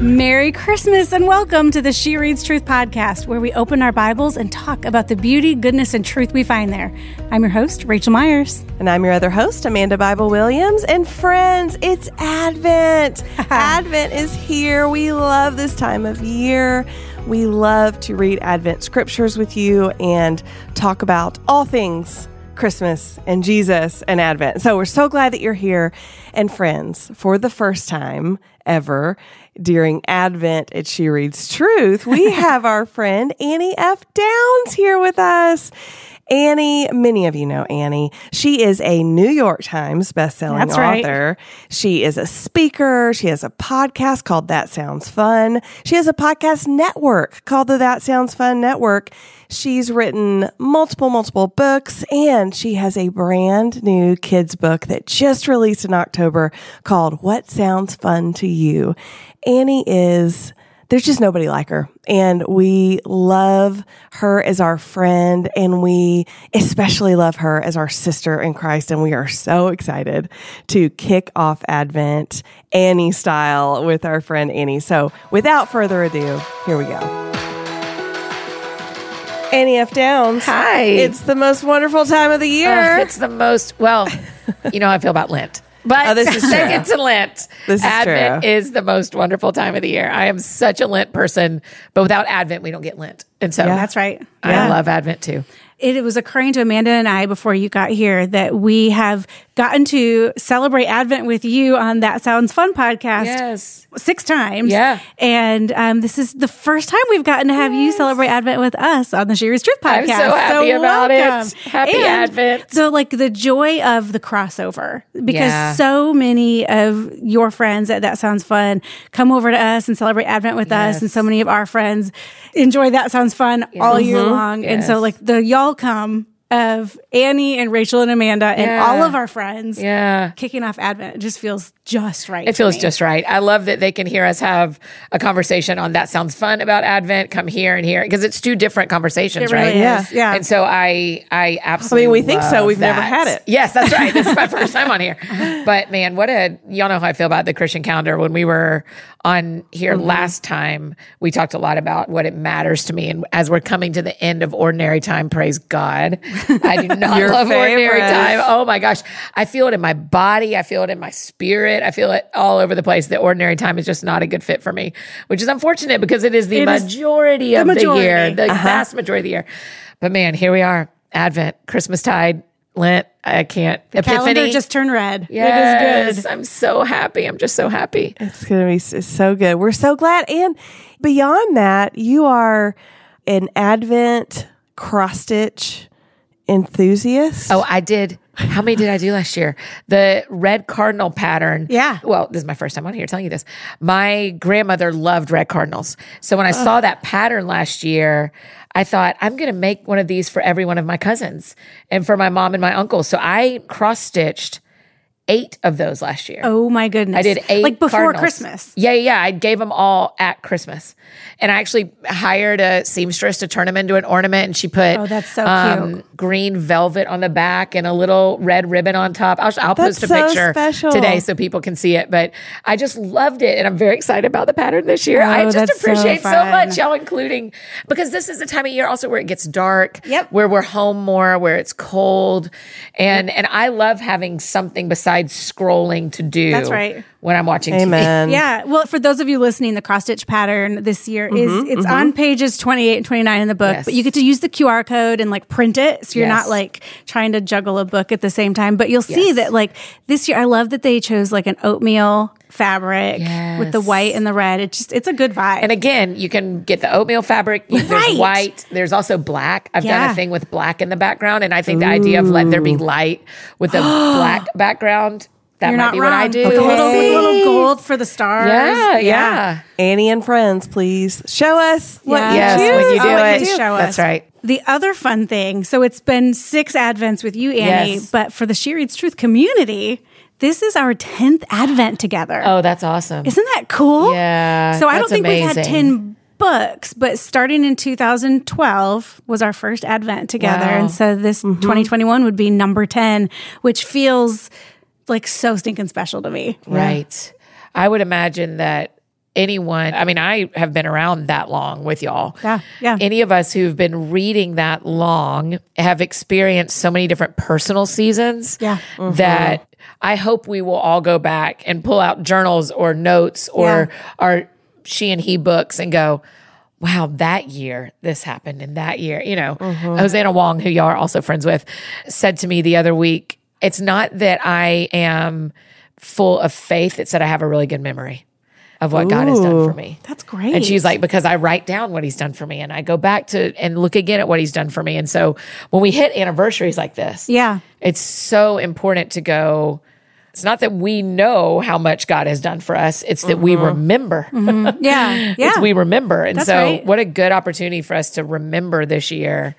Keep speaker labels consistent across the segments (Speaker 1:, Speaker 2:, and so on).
Speaker 1: Merry Christmas and welcome to the She Reads Truth podcast, where we open our Bibles and talk about the beauty, goodness, and truth we find there. I'm your host, Rachel Myers.
Speaker 2: And I'm your other host, Amanda Bible Williams. And friends, it's Advent. Advent is here. We love this time of year. We love to read Advent scriptures with you and talk about all things Christmas and Jesus and Advent. So we're so glad that you're here. And friends, for the first time ever during Advent at She Reads Truth, we have our friend Annie F. Downs here with us. Annie, many of you know Annie. She is a New York Times bestselling
Speaker 1: That's right.
Speaker 2: author. She is a speaker. She has a podcast called That Sounds Fun. She has a podcast network called the That Sounds Fun Network. She's written multiple, multiple books, and she has a brand new kids book that just released in October called What Sounds Fun to You. Annie is there's just nobody like her. And we love her as our friend, and we especially love her as our sister in Christ. And we are so excited to kick off Advent Annie style with our friend Annie. So without further ado, here we go. Annie F. Downs.
Speaker 3: Hi. Oh,
Speaker 2: It's the most wonderful time of the year.
Speaker 3: Ugh, it's the most well, you know how I feel about Lent. But
Speaker 2: Oh, this is true.
Speaker 3: second to Lent,
Speaker 2: This is
Speaker 3: Advent
Speaker 2: true.
Speaker 3: is the most wonderful time of the year. I am such a Lent person, but without Advent, we don't get Lent. And so
Speaker 1: That's right.
Speaker 3: I love Advent too.
Speaker 1: It, it was occurring to Amanda and I before you got here that we have gotten to celebrate Advent with you on That Sounds Fun podcast
Speaker 3: Yes.
Speaker 1: six times.
Speaker 3: Yeah.
Speaker 1: And um, this is the first time we've gotten to have you celebrate Advent with us on the She Reads Truth podcast.
Speaker 3: I'm so happy about it. Happy
Speaker 1: And
Speaker 3: Advent.
Speaker 1: So, like the joy of the crossover, because
Speaker 3: Yeah.
Speaker 1: so many of your friends at That Sounds Fun come over to us and celebrate Advent with us, and so many of our friends enjoy That Sounds Fun all year long. And so,
Speaker 3: Mm-hmm. Yes.
Speaker 1: like the y'all come of Annie and Rachel and Amanda and
Speaker 3: Yeah.
Speaker 1: all of our friends.
Speaker 3: Yeah.
Speaker 1: Kicking off Advent it just feels just right.
Speaker 3: It feels just right. I love that they can hear us have a conversation on that sounds fun about Advent. Come here and here because it's two different conversations,
Speaker 1: It really
Speaker 3: right?
Speaker 1: Yeah. is, yeah.
Speaker 3: And so I, I absolutely.
Speaker 2: we think so.
Speaker 3: love
Speaker 2: We've never
Speaker 3: that.
Speaker 2: had it.
Speaker 3: Yes, that's right. this is my first time on here. But man, what a y'all know how I feel about the Christian calendar. When we were on here
Speaker 2: Mm-hmm.
Speaker 3: last time, we talked a lot about what it matters to me. And as we're coming to the end of ordinary time, praise God, I do not
Speaker 2: Your
Speaker 3: love ordinary
Speaker 2: favorite.
Speaker 3: time. Oh my gosh. I feel it in my body. I feel it in my spirit. I feel it all over the place. The ordinary time is just not a good fit for me, which is unfortunate because it is the
Speaker 1: It is
Speaker 3: majority of
Speaker 1: majority. Uh-huh.
Speaker 3: the year, the vast majority of the year. But man, here we are. Advent, Christmastide, Lent. I can't.
Speaker 1: calendar
Speaker 3: Epiphany.
Speaker 1: just turned red. It is
Speaker 3: yes,
Speaker 1: good.
Speaker 3: I'm so happy. I'm just so happy.
Speaker 2: It's going to be s- so good. We're so glad. And beyond that, you are an Advent cross stitch enthusiast.
Speaker 3: Oh, I did. How many did I do last year? The red cardinal pattern.
Speaker 1: Yeah.
Speaker 3: Well, this is my first time on here telling you this. My grandmother loved red cardinals. So when I saw that pattern last year, I thought, I'm going to make one of these for every one of my cousins and for my mom and my uncle. So I cross stitched eight of those last year.
Speaker 1: Oh my goodness.
Speaker 3: I did eight
Speaker 1: like before
Speaker 3: cardinals. Mm-hmm.
Speaker 1: Christmas.
Speaker 3: Yeah, yeah, yeah. I gave them all at Christmas, and I actually hired a seamstress to turn them into an ornament, and she put um,
Speaker 1: Oh, that's so
Speaker 3: green velvet on the back and a little red ribbon on top. I'll, I'll
Speaker 2: That's
Speaker 3: post a
Speaker 2: so
Speaker 3: picture
Speaker 2: special.
Speaker 3: today so people can see it. But I just loved it, and I'm very excited about the pattern this year. I
Speaker 1: Oh,
Speaker 3: just
Speaker 1: that's so
Speaker 3: appreciate so,
Speaker 1: fun.
Speaker 3: much y'all including because this is the time of year also where it gets dark.
Speaker 1: Yep.
Speaker 3: where we're home more, where it's cold, and and I love having something besides scrolling to do
Speaker 1: That's right.
Speaker 3: when I'm watching TV.
Speaker 2: Amen.
Speaker 1: Yeah. Well, for those of you listening, the cross stitch pattern this year is it's on pages 28 and 29 in the book,
Speaker 3: Mm-hmm, Yes.
Speaker 1: but you get to use the QR code and like print it. So you're not
Speaker 3: Yes.
Speaker 1: like trying to juggle a book at the same time. But you'll see
Speaker 3: Yes.
Speaker 1: that like this year, I love that they chose like an oatmeal fabric with the
Speaker 3: Yes.
Speaker 1: white and the red. It's just, it's a good vibe.
Speaker 3: And again, you can get the oatmeal fabric. you-
Speaker 1: Right.
Speaker 3: There's white. There's also black. I've done
Speaker 1: Yeah.
Speaker 3: a thing with black in the background, and I think the idea of let there be light with a black background that
Speaker 1: you're
Speaker 3: might
Speaker 1: not
Speaker 3: be
Speaker 1: wrong.
Speaker 3: what I do.
Speaker 1: With a little, with a little
Speaker 2: Okay.
Speaker 1: gold for the stars.
Speaker 3: yeah, yeah.
Speaker 2: Annie and friends, please show us what
Speaker 1: Yeah.
Speaker 2: you
Speaker 3: Yes,
Speaker 2: choose.
Speaker 3: when you
Speaker 1: Oh,
Speaker 3: do
Speaker 1: when
Speaker 3: it,
Speaker 1: you do. Show us.
Speaker 3: that's right.
Speaker 1: The other fun thing, so it's been six Advents with you, Annie,
Speaker 3: Yes.
Speaker 1: but for the She Reads Truth community, this is our 10th Advent together.
Speaker 3: Oh, that's awesome.
Speaker 1: Isn't that cool?
Speaker 3: Yeah,
Speaker 1: So I don't
Speaker 3: that's
Speaker 1: think we've had
Speaker 3: amazing.
Speaker 1: 10 books, but starting in 2012 was our first Advent together.
Speaker 3: Wow. Mm-hmm.
Speaker 1: And so this 2021 would be number 10, which feels like so stinking special to me.
Speaker 3: Right. I would imagine that anyone, I mean, I have been around that long with y'all.
Speaker 1: Yeah, yeah.
Speaker 3: Any of us who've been reading that long have experienced so many different personal seasons
Speaker 1: Yeah.
Speaker 3: that
Speaker 1: Mm-hmm.
Speaker 3: I hope we will all go back and pull out journals or notes or our she and he books and go, wow, that year this happened and that year, you know,
Speaker 1: Mm-hmm.
Speaker 3: Hosanna Wong, who y'all are also friends with, said to me the other week, it's not that I am full of faith, it's that I have a really good memory of what God has done for me.
Speaker 1: That's great.
Speaker 3: And she's like, because I write down what he's done for me and I go back to and look again at what he's done for me. And so when we hit anniversaries like this,
Speaker 1: Yeah.
Speaker 3: it's so important to go. It's not that we know how much God has done for us, it's that we remember.
Speaker 1: yeah, Mm-hmm. yeah.
Speaker 3: it's we remember. And so,
Speaker 1: right.
Speaker 3: what a good opportunity for us to remember this year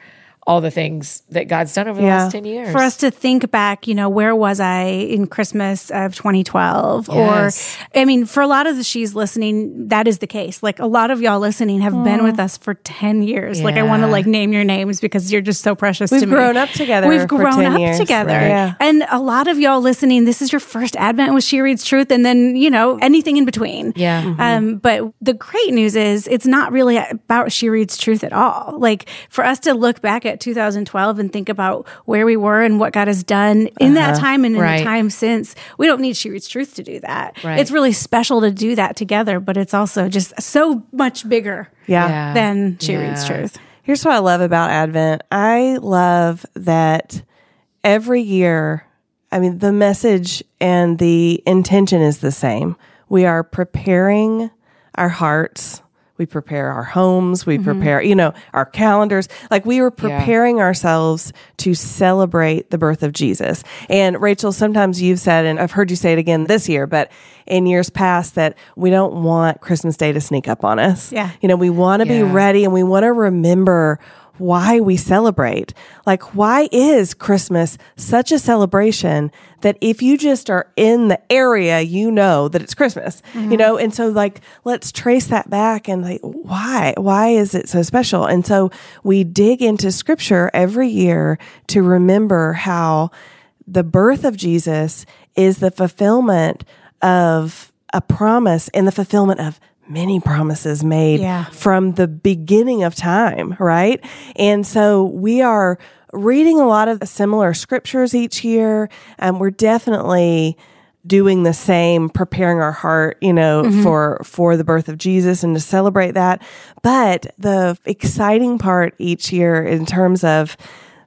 Speaker 3: all the things that God's done over the
Speaker 2: Yeah.
Speaker 3: last 10 years.
Speaker 1: for us to think back, you know, where was I in Christmas of 2012?
Speaker 3: Yes.
Speaker 1: Or, I mean, for a lot of the she's listening, that is the case. Like a lot of y'all listening have been with us for 10 years. Like I want to
Speaker 3: Yeah.
Speaker 1: like name your names because you're just so precious to me.
Speaker 2: grown up together
Speaker 1: We've
Speaker 2: for
Speaker 1: grown
Speaker 2: 10
Speaker 1: up
Speaker 2: years,
Speaker 1: together.
Speaker 2: right. Yeah.
Speaker 1: And a lot of y'all listening, this is your first advent with She Reads Truth and then, you know, anything in between.
Speaker 3: Yeah. Mhm.
Speaker 1: Um, but the great news is it's not really about She Reads Truth at all. Like for us to look back at 2012 and think about where we were and what God has done in that time and in
Speaker 3: Right.
Speaker 1: the time since, we don't need She Reads Truth to do that.
Speaker 3: Right.
Speaker 1: It's really special to do that together, but it's also just so much bigger
Speaker 2: yeah.
Speaker 1: than She Reads
Speaker 3: Yeah.
Speaker 1: Truth.
Speaker 2: Here's what I love about Advent. I love that every year, I mean, the message and the intention is the same. We are preparing our hearts. We prepare our homes. We prepare, you know, our calendars. Like we were preparing ourselves to celebrate the birth of Jesus. And Rachel, sometimes you've said, and I've heard you say it again this year, but in years past, that we don't want Christmas Day to sneak up on us.
Speaker 1: Yeah.
Speaker 2: You know, we want to be
Speaker 3: Yeah.
Speaker 2: ready ready and we want to remember why we celebrate. Like, why is Christmas such a celebration that if you just are in the area, you know that it's Christmas, you know? And so, like, let's trace that back and, like, why? Why is it so special? And so, we dig into scripture every year to remember how the birth of Jesus is the fulfillment of a promise and the fulfillment of many promises made
Speaker 1: Yeah.
Speaker 2: from the beginning of time, right? And so we are reading a lot of similar scriptures each year. Um, we're definitely doing the same, preparing our heart, you know, for for the birth of Jesus and to celebrate that. But the exciting part each year in terms of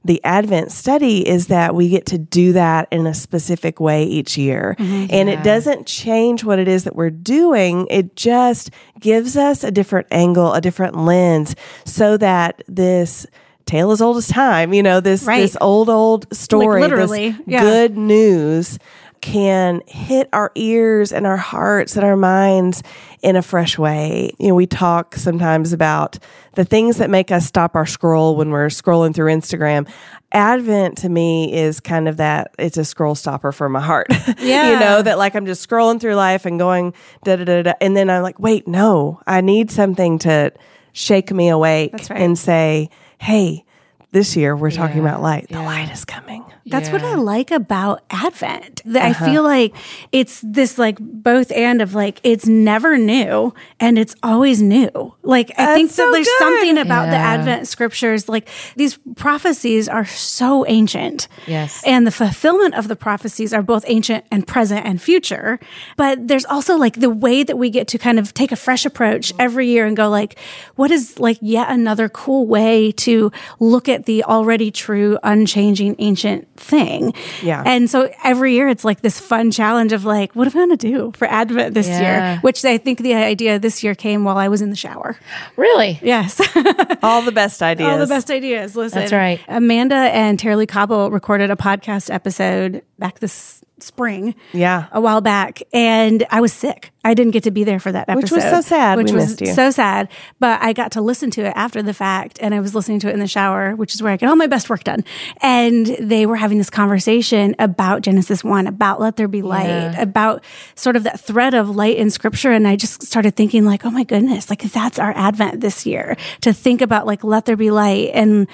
Speaker 2: the Advent study is that we get to do that in a specific way each year.
Speaker 1: Mm-hmm.
Speaker 2: And it doesn't change what it is that we're doing. It just gives us a different angle, a different lens so that this tale as old as time, you know, this,
Speaker 1: Right.
Speaker 2: this old, old story, this
Speaker 1: literally, yeah.
Speaker 2: good news can hit our ears and our hearts and our minds in a fresh way. You know, we talk sometimes about the things that make us stop our scroll when we're scrolling through Instagram. Advent to me is kind of that it's a scroll stopper for my heart. you
Speaker 1: Yeah.
Speaker 2: know, that like I'm just scrolling through life and going da da da da and then I'm like, wait, no, I need something to shake me awake
Speaker 1: That's right.
Speaker 2: and say, hey, this year we're talking about light. The light is coming.
Speaker 1: That's what I like about Advent. That
Speaker 2: Uh-huh.
Speaker 1: I feel like it's this like both and of like it's never new and it's always new. Like I think that
Speaker 2: so
Speaker 1: there's
Speaker 2: good.
Speaker 1: something about the
Speaker 3: Yeah.
Speaker 1: Advent scriptures. Like these prophecies are so ancient.
Speaker 3: Yes.
Speaker 1: And the fulfillment of the prophecies are both ancient and present and future. But there's also like the way that we get to kind of take a fresh approach every year and go like, what is like yet another cool way to look at the already true, unchanging, ancient thing.
Speaker 2: Yeah.
Speaker 1: And so every year it's like this fun challenge of like, what am I going to do for Advent this
Speaker 3: Yeah.
Speaker 1: year? Which I think the idea this year came while I was in the shower.
Speaker 3: really?
Speaker 1: Yes.
Speaker 2: All the best ideas.
Speaker 1: All the best ideas. Listen,
Speaker 3: That's right.
Speaker 1: Amanda and Terry Lee Cobble recorded a podcast episode back this spring.
Speaker 2: Yeah.
Speaker 1: a while back, and I was sick. I didn't get to be there for that episode,
Speaker 2: Which was so sad.
Speaker 1: Which
Speaker 2: We
Speaker 1: was
Speaker 2: missed you.
Speaker 1: so sad. But I got to listen to it after the fact, and I was listening to it in the shower, which is where I get all my best work done. And they were having this conversation about Genesis one, about let there be light, about sort of that thread of light in Scripture. And I just started thinking, like, oh my goodness, like that's our Advent this year to think about, like, let there be light, and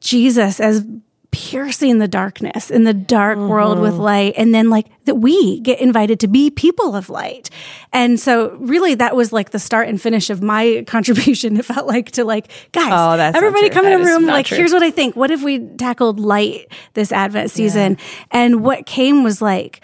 Speaker 1: Jesus as piercing the darkness in the dark world
Speaker 2: Mm-hmm.
Speaker 1: with light and then like that we get invited to be people of light and so really that was like the start and finish of my contribution it felt like to like guys
Speaker 2: Oh, that's not
Speaker 1: everybody
Speaker 2: true.
Speaker 1: come
Speaker 2: That
Speaker 1: in a
Speaker 2: is
Speaker 1: room
Speaker 2: not
Speaker 1: like
Speaker 2: true.
Speaker 1: here's what i think what if we tackled light this advent season and what came was like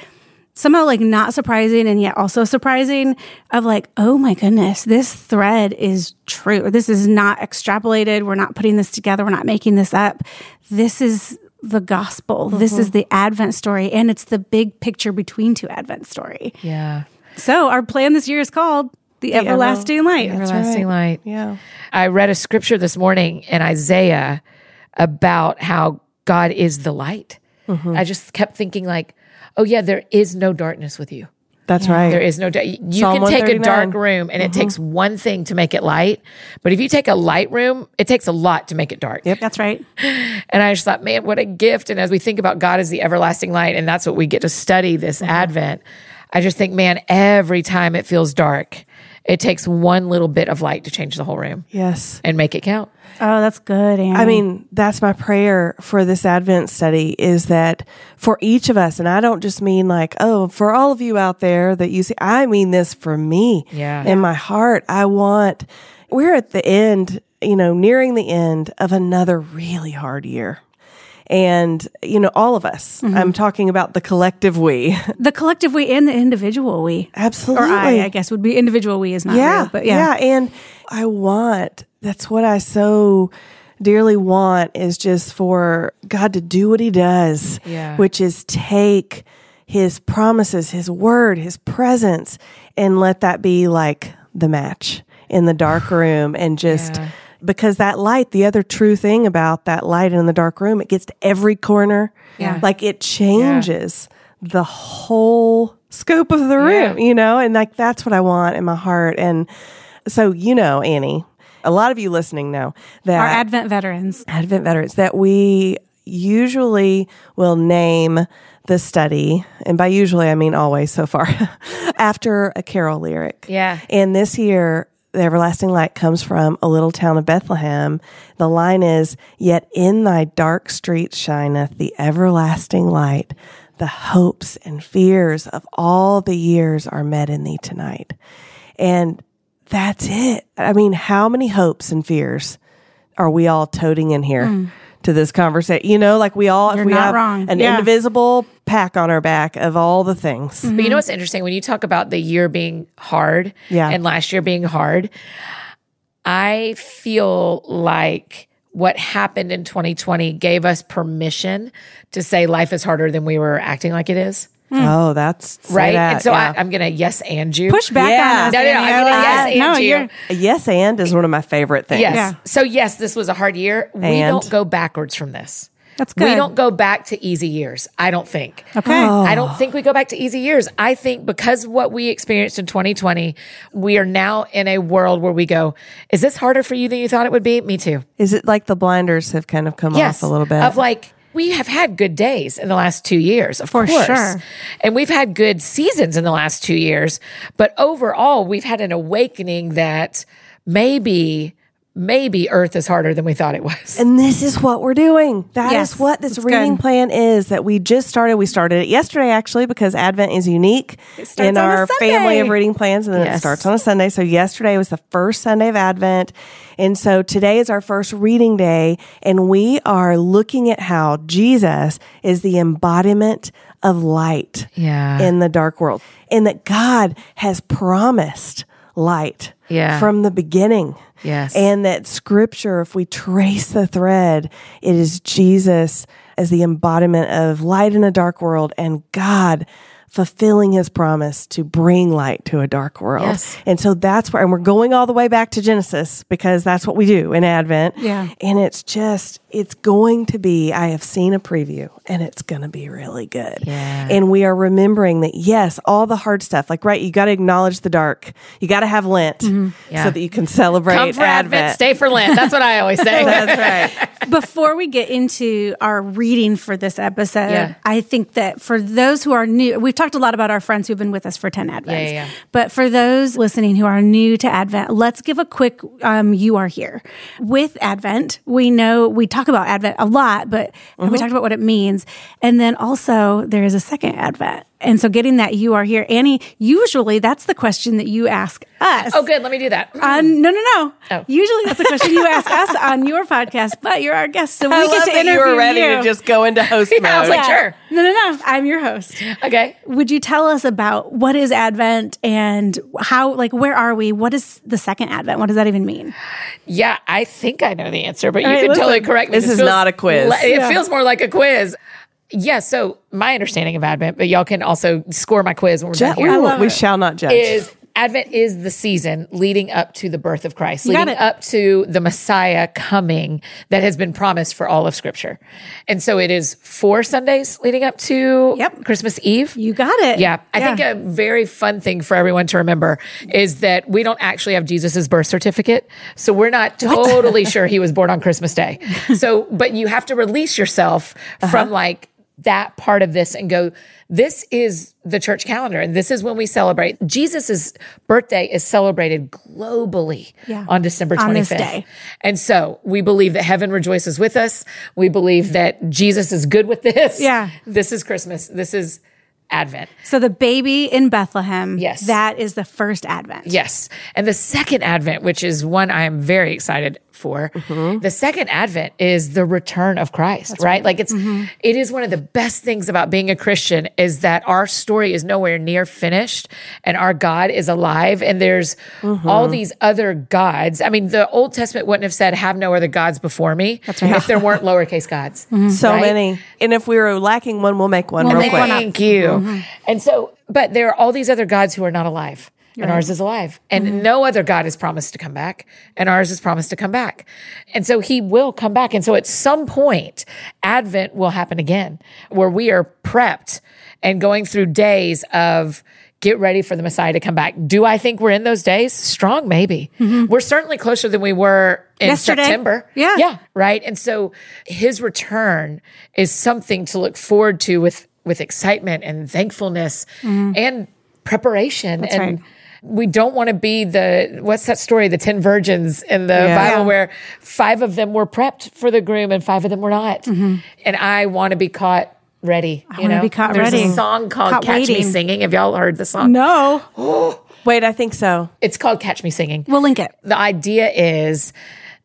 Speaker 1: somehow like not surprising and yet also surprising of like oh my goodness this thread is true this is not extrapolated we're not putting this together we're not making this up this is the gospel this is the advent story and it's the big picture between two advent story
Speaker 3: Yeah.
Speaker 1: so our plan this year is called the,
Speaker 2: Ever-
Speaker 1: everlasting light
Speaker 3: Everlasting light.
Speaker 2: Yeah.
Speaker 3: I read a scripture this morning in Isaiah about how God is the light.
Speaker 1: Mm-hmm.
Speaker 3: I just kept thinking like, oh yeah, there is no darkness with you.
Speaker 2: That's right.
Speaker 3: There is no da- you
Speaker 2: Psalm
Speaker 3: can take a dark
Speaker 2: 139.
Speaker 3: room and it takes one thing to make it light, but if you take a light room, it takes a lot to make it dark.
Speaker 1: that's right
Speaker 3: And I just thought, man, what a gift. And as we think about God as the everlasting light, and that's what we get to study this Advent, I just think, man, every time it feels dark, it takes one little bit of light to change the whole room
Speaker 2: Yes.
Speaker 3: and make it count.
Speaker 1: oh that's good Annie.
Speaker 2: I mean, that's my prayer for this Advent study is that for each of us, and I don't just mean like, oh, for all of you out there that you see, I mean this for me.
Speaker 3: Yeah.
Speaker 2: In my heart, I want, we're at the end, you know, nearing the end of another really hard year. And, you know, all of us, I'm talking about the collective we.
Speaker 1: the collective we and the individual we
Speaker 2: Absolutely.
Speaker 1: or I, I guess would be individual we is not
Speaker 2: yeah,
Speaker 1: real, but yeah.
Speaker 2: and I want that's what I so dearly want is just for God to do what He does,
Speaker 3: Yeah.
Speaker 2: which is take His promises, His word, His presence, and let that be like the match in the dark room, and just.
Speaker 3: Yeah.
Speaker 2: Because that light, the other true thing about that light in the dark room, it gets to every corner.
Speaker 1: Yeah.
Speaker 2: Like it changes the whole scope of the room, you know? And like that's what I want in my heart. And so, you know, Annie, a lot of you listening
Speaker 1: Our
Speaker 2: know that
Speaker 1: Advent veterans.
Speaker 2: Advent veterans, that we usually will name the study, and by usually I mean always so far, after a carol lyric.
Speaker 3: Yeah.
Speaker 2: And this year, the everlasting light comes from a little town of Bethlehem. The line is, Yet in thy dark street shineth the everlasting light. The hopes and fears of all the years are met in thee tonight. And that's it. I mean, how many hopes and fears are we all toting in here to this conversation? You know, like we all, if we
Speaker 1: Mm. not
Speaker 2: have
Speaker 1: wrong.
Speaker 2: an
Speaker 1: Yeah. Mm.
Speaker 2: indivisible pack on our back of all the things.
Speaker 3: But
Speaker 1: Mm-hmm.
Speaker 3: you know what's interesting? When you talk about the year being hard
Speaker 2: Yeah.
Speaker 3: and last year being hard, I feel like what happened in 2020 gave us permission to say life is harder than we were acting like it is.
Speaker 1: Mm.
Speaker 2: Oh, that's say
Speaker 3: Right.
Speaker 2: that,
Speaker 3: and so
Speaker 2: yeah.
Speaker 3: I, I'm going to yes and you.
Speaker 1: Push back
Speaker 2: Yeah.
Speaker 1: on us.
Speaker 3: No, no,
Speaker 1: Annie.
Speaker 3: no. I'm gonna yes and
Speaker 1: no,
Speaker 3: you.
Speaker 1: you're
Speaker 2: A yes and is one of my favorite things.
Speaker 3: Yes.
Speaker 1: Yeah.
Speaker 3: So yes, this was a hard year. We
Speaker 2: And?
Speaker 3: don't go backwards from this.
Speaker 1: that's good.
Speaker 3: We don't go back to easy years. I don't think.
Speaker 1: Okay.
Speaker 3: I don't think we go back to easy years. I think because what we experienced in 2020, we are now in a world where we go, is this harder for you than you thought it would be? Me too.
Speaker 2: Is it like the blinders have kind of come off a little bit?
Speaker 3: Of like, we have had good days in the last two years, of
Speaker 1: For
Speaker 3: course.
Speaker 1: sure.
Speaker 3: And we've had good seasons in the last two years. But overall, we've had an awakening that maybe, maybe Earth is harder than we thought it was.
Speaker 2: and this is what we're doing. That is
Speaker 1: Yes,
Speaker 2: what this
Speaker 1: that's
Speaker 2: reading
Speaker 1: good.
Speaker 2: plan is that we just started. We started it yesterday, actually, because Advent is unique
Speaker 1: starts
Speaker 2: in
Speaker 1: on a
Speaker 2: our family
Speaker 1: Sunday.
Speaker 2: of reading plans. And then it
Speaker 3: Yes.
Speaker 2: starts on a Sunday. So yesterday was the first Sunday of Advent. And so today is our first reading day. And we are looking at how Jesus is the embodiment of light.
Speaker 3: Yeah.
Speaker 2: in the dark world and that God has promised light
Speaker 3: Yeah.
Speaker 2: from the beginning.
Speaker 3: Yes.
Speaker 2: And that scripture, if we trace the thread, it is Jesus as the embodiment of light in a dark world and God fulfilling his promise to bring light to a dark world.
Speaker 3: Yes.
Speaker 2: And so that's where, and we're going all the way back to Genesis because that's what we do in Advent.
Speaker 1: Yeah.
Speaker 2: And it's just, it's going to be, I have seen a preview and it's going to be really good.
Speaker 3: Yeah.
Speaker 2: And we are remembering that, yes, all the hard stuff, like, right, you got to acknowledge the dark. You got to have Lent
Speaker 3: Mm-hmm. Yeah.
Speaker 2: so that you can celebrate
Speaker 3: Come for Advent. stay for Lent. That's what I always say.
Speaker 2: That's right.
Speaker 1: Before we get into our reading for this episode,
Speaker 3: Yeah.
Speaker 1: I think that for those who are new, we've talked a lot about our friends who've been with us for 10 Advents.
Speaker 3: yeah, yeah.
Speaker 1: But for those listening who are new to Advent, let's give a quick um, you are here. With Advent, we know we talk about Advent a lot, but
Speaker 3: Uh-huh.
Speaker 1: we talked about what it means. And then also there is a second Advent. And so getting that you are here, Annie, usually that's the question that you ask us.
Speaker 3: Oh, good. Let me do that.
Speaker 1: On, no, no, no.
Speaker 3: Oh.
Speaker 1: Usually that's a question you ask us on your podcast, but you're our guest, so we
Speaker 2: I
Speaker 1: get
Speaker 2: love
Speaker 1: to
Speaker 2: that
Speaker 1: interview
Speaker 2: you were ready
Speaker 1: you.
Speaker 2: to just go into host mode.
Speaker 3: Yeah, I was like, sure.
Speaker 1: No, no, no. I'm your host.
Speaker 3: Okay.
Speaker 1: Would you tell us about what is Advent and how, like, where are we? What is the second Advent? What does that even mean?
Speaker 3: Yeah, I think I know the answer, but you
Speaker 1: right,
Speaker 3: can totally
Speaker 1: listen,
Speaker 3: correct me.
Speaker 2: this is not a quiz.
Speaker 3: le- It feels more like a quiz. Yeah, so my understanding of Advent, but y'all can also score my quiz when we're
Speaker 2: Ju-
Speaker 3: done here.
Speaker 2: we, we shall not judge.
Speaker 3: is Advent is the season leading up to the birth of Christ,
Speaker 1: got
Speaker 3: leading
Speaker 1: it.
Speaker 3: up to the Messiah coming that has been promised for all of Scripture. And so it is four Sundays leading up to
Speaker 1: Yep.
Speaker 3: Christmas Eve.
Speaker 1: You got it.
Speaker 3: Yeah. I think uh, a very fun thing for everyone to remember is that we don't actually have Jesus's birth certificate. So we're not totally sure he was born on Christmas Day. So, but you have to release yourself
Speaker 1: Uh-huh.
Speaker 3: from like that part of this and go, this is the church calendar. And this is when we celebrate. Jesus's birthday is celebrated globally
Speaker 1: Yeah.
Speaker 3: on December 25th.
Speaker 1: On this day.
Speaker 3: And so we believe that heaven rejoices with us. We believe that Jesus is good with this.
Speaker 1: Yeah.
Speaker 3: This is Christmas. This is Advent.
Speaker 1: so the baby in Bethlehem.
Speaker 3: Yes.
Speaker 1: That is the first Advent.
Speaker 3: Yes. And the second Advent, which is one I'm very excited for, the second Advent is the return of Christ, right? Like it's it is one of the best things about being a Christian is that our story is nowhere near finished and our God is alive and there's all these other gods. I mean, the Old Testament wouldn't have said have no other gods before me if there weren't lowercase gods.
Speaker 2: so
Speaker 3: right?
Speaker 2: many. And if we were lacking one, we'll make one real
Speaker 3: Thank
Speaker 2: quick.
Speaker 3: you. And so, but there are all these other gods who are not alive. And ours is alive. And no other God is promised to come back. And ours is promised to come back. And so he will come back. And so at some point, Advent will happen again, where we are prepped and going through days of get ready for the Messiah to come back. Do I think we're in those days? Strong, maybe. We're certainly closer than we were in
Speaker 1: Yesterday.
Speaker 3: September.
Speaker 1: Yeah.
Speaker 3: Yeah right? And so his return is something to look forward to with with excitement and thankfulness and preparation and
Speaker 1: Mm-hmm. right.
Speaker 3: we don't want to be the what's that story the 10 virgins in the bible
Speaker 1: Yeah.
Speaker 3: where five of them were prepped for the groom and five of them were not and i want to be caught ready you
Speaker 1: Mm-hmm. wanna
Speaker 3: know
Speaker 1: be caught
Speaker 3: there's
Speaker 1: ready.
Speaker 3: a song called
Speaker 1: Caught
Speaker 3: catch me
Speaker 1: waiting.
Speaker 3: singing have y'all heard the song
Speaker 1: No.
Speaker 2: Wait, I think so.
Speaker 3: it's called catch me singing
Speaker 1: We'll link it.
Speaker 3: the idea is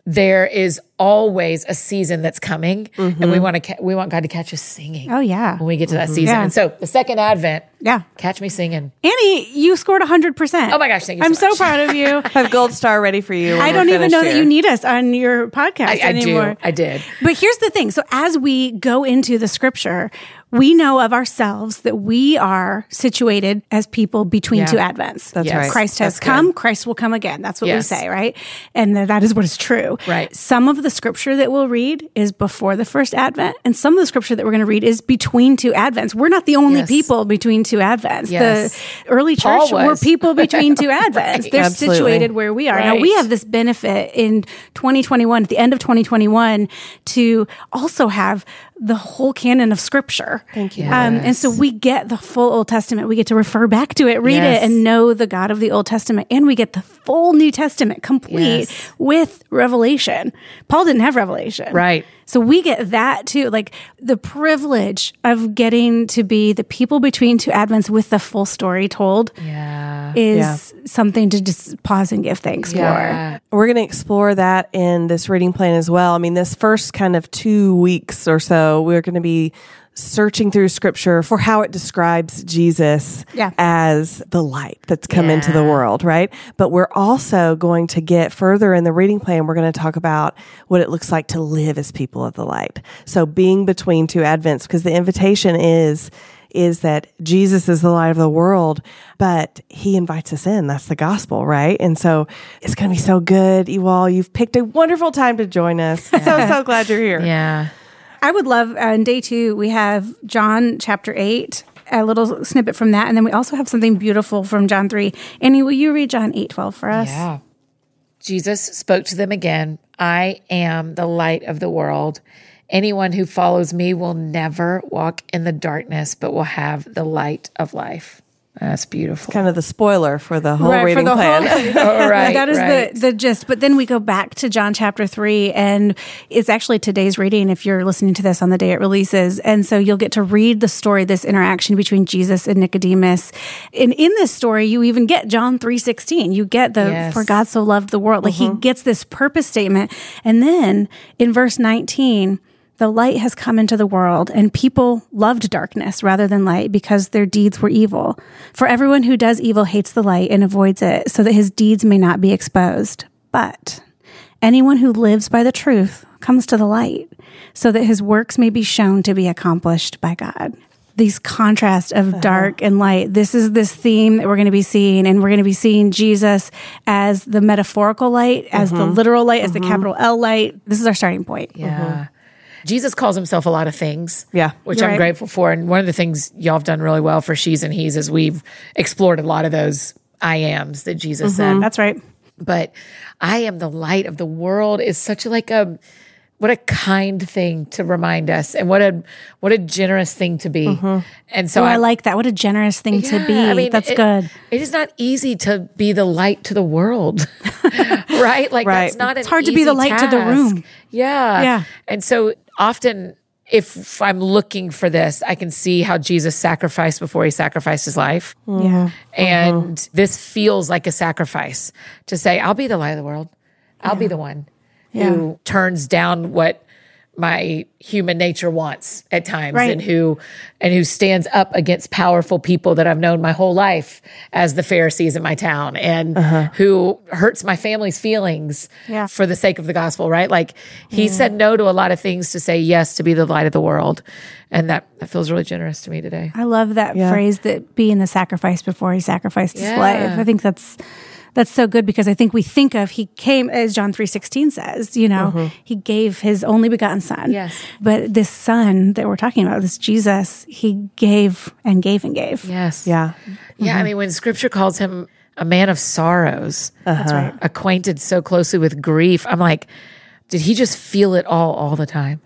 Speaker 3: there is always a season that's coming and we want to ca- we want God to catch us singing.
Speaker 1: Mm-hmm. Oh, yeah.
Speaker 3: When we get to that season.
Speaker 1: Yeah.
Speaker 3: And so the second advent,
Speaker 1: Yeah.
Speaker 3: catch me singing.
Speaker 1: Annie, you scored 100%.
Speaker 3: Oh my gosh, thank you so
Speaker 1: I'm so
Speaker 3: much.
Speaker 1: proud of you.
Speaker 2: I have gold star ready for you. when
Speaker 1: I
Speaker 2: we're
Speaker 1: don't even
Speaker 2: finished
Speaker 1: know that
Speaker 2: here.
Speaker 1: you need us on your podcast
Speaker 3: I, I
Speaker 1: anymore.
Speaker 3: do. I did.
Speaker 1: But here's the thing. So as we go into the scripture, we know of ourselves that we are situated as people between
Speaker 3: Yeah.
Speaker 1: two advents. That's
Speaker 2: Yes. right.
Speaker 1: Christ has come, Christ will come again. That's what
Speaker 3: Yes.
Speaker 1: we say, right? And th- that is what is true.
Speaker 3: Right.
Speaker 1: Some of the scripture that we'll read is before the first advent, and some of the scripture that we're going to read is between two advents. We're not the only
Speaker 3: Yes.
Speaker 1: people between two advents.
Speaker 3: Yes.
Speaker 1: The early
Speaker 3: Paul
Speaker 1: church were
Speaker 3: was.
Speaker 1: people between two advents. They're
Speaker 2: Absolutely.
Speaker 1: situated where we are. Now
Speaker 3: Right.
Speaker 1: we have this benefit in 2021, at the end of 2021, to also have the whole canon of scripture. Thank you. Um, and so we get the full Old Testament. We get to refer back to it, read
Speaker 3: Yes.
Speaker 1: it, and know the God of the Old Testament. And we get the full New Testament complete
Speaker 3: Yes.
Speaker 1: with revelation. Paul didn't have revelation.
Speaker 3: Right.
Speaker 1: So we get that too, like the privilege of getting to be the people between two advents with the full story told
Speaker 3: Yeah.
Speaker 1: is something to just pause and give thanks for.
Speaker 3: Yeah.
Speaker 2: We're going to explore that in this reading plan as well. I mean, this first kind of two weeks or so, we're going to be searching through scripture for how it describes Jesus
Speaker 1: Yeah.
Speaker 2: as the light that's come into the world, right? But we're also going to get further in the reading plan. We're going to talk about what it looks like to live as people of the light. So being between two advents, because the invitation is, is that Jesus is the light of the world, but he invites us in. That's the gospel, right? And so it's going to be so good, you all. You've picked a wonderful time to join us. So, so glad you're here.
Speaker 3: Yeah.
Speaker 1: I would love on day two, we have John chapter eight, a little snippet from that. And then we also have something beautiful from John three. Annie, will you read John eight twelve for us?
Speaker 3: Yeah. Jesus spoke to them again. I am the light of the world. Anyone who follows me will never walk in the darkness, but will have the light of life. That's beautiful.
Speaker 2: Kind of the spoiler for the whole
Speaker 1: Right, for
Speaker 2: reading
Speaker 1: the whole-
Speaker 2: plan.
Speaker 3: All right.
Speaker 1: that is
Speaker 3: right.
Speaker 1: the, the gist. But then we go back to John chapter three, and it's actually today's reading if you're listening to this on the day it releases. And so you'll get to read the story, this interaction between Jesus and Nicodemus. And in this story, you even get John 3.16. You get the
Speaker 3: Yes.
Speaker 1: for God so loved the world. Like he gets this purpose statement. And then in verse 19, the light has come into the world, and people loved darkness rather than light because their deeds were evil. For everyone who does evil hates the light and avoids it, so that his deeds may not be exposed. But anyone who lives by the truth comes to the light, so that his works may be shown to be accomplished by God. These contrast
Speaker 3: Uh-huh.
Speaker 1: of dark and light. This is this theme that we're going to be seeing, and we're going to be seeing Jesus as the metaphorical light, as the literal light, as the capital L light. This is our starting point.
Speaker 3: Mm-hmm. Yeah. Jesus calls himself a lot of things.
Speaker 2: Yeah.
Speaker 3: Which
Speaker 1: You're
Speaker 3: I'm
Speaker 1: right.
Speaker 3: grateful for. And one of the things y'all have done really well for she's and he's is we've explored a lot of those I ams that Jesus said.
Speaker 1: That's right.
Speaker 3: But I am the light of the world is such like a what a kind thing to remind us and what a what a generous thing to be. And so
Speaker 1: Oh,
Speaker 3: I,
Speaker 1: I like that. What a generous thing to be.
Speaker 3: Yeah, I mean,
Speaker 1: That's
Speaker 3: it-
Speaker 1: good.
Speaker 3: It is not easy to be the light to the world, right? Like that's
Speaker 2: Right.
Speaker 3: not.
Speaker 1: It's
Speaker 3: an
Speaker 1: hard to be the
Speaker 3: easy
Speaker 1: light to the
Speaker 3: task.
Speaker 1: room.
Speaker 3: Yeah,
Speaker 1: Yeah.
Speaker 3: And so often, if I'm looking for this, I can see how Jesus sacrificed before he sacrificed his life,
Speaker 1: Yeah.
Speaker 3: and this feels like a sacrifice to say, "I'll be the light of the world. I'll be the one who turns down what." my human nature wants at times
Speaker 1: Right.
Speaker 3: and who and who stands up against powerful people that I've known my whole life as the Pharisees in my town and who hurts my family's feelings
Speaker 1: Uh-huh. Yeah.
Speaker 3: for the sake of the gospel, right? Like he said no to a lot of things to say yes to be the light of the world. And that, that feels really generous to me today.
Speaker 1: I love that phrase that being the sacrifice before he sacrificed his
Speaker 3: Yeah.
Speaker 1: life. I think that's that's so good because I think we think of he came as John 3:16 says, you know, he gave his only begotten son.
Speaker 3: Mm-hmm. Yes.
Speaker 1: But this son that we're talking about, this Jesus, he gave and gave and gave.
Speaker 3: Yes.
Speaker 2: yeah.
Speaker 3: Yeah, I
Speaker 1: Mm-hmm.
Speaker 3: mean, when scripture calls him a man of sorrows, that's right. acquainted so closely with grief, I'm like, did he just feel it all all the time?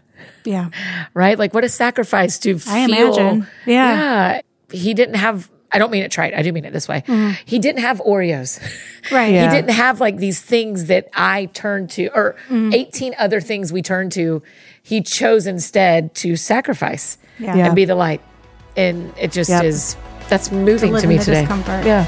Speaker 1: Yeah.
Speaker 3: Right? Like, what a sacrifice to
Speaker 1: I
Speaker 3: feel.
Speaker 1: imagine. Yeah. Mm-hmm.
Speaker 3: Yeah. He didn't have, I don't mean it trite, I do mean it this way. He didn't have Oreos.
Speaker 1: Right.
Speaker 3: He didn't have like these things that I turned to, or
Speaker 1: Mm-hmm.
Speaker 3: 18 other things we turned to. He chose instead to sacrifice
Speaker 1: Yeah.
Speaker 2: Yeah.
Speaker 3: and be the light. And it just
Speaker 2: Yep.
Speaker 3: is, that's moving to
Speaker 1: Living
Speaker 3: me
Speaker 1: the
Speaker 3: today.
Speaker 1: discomfort.
Speaker 2: Yeah.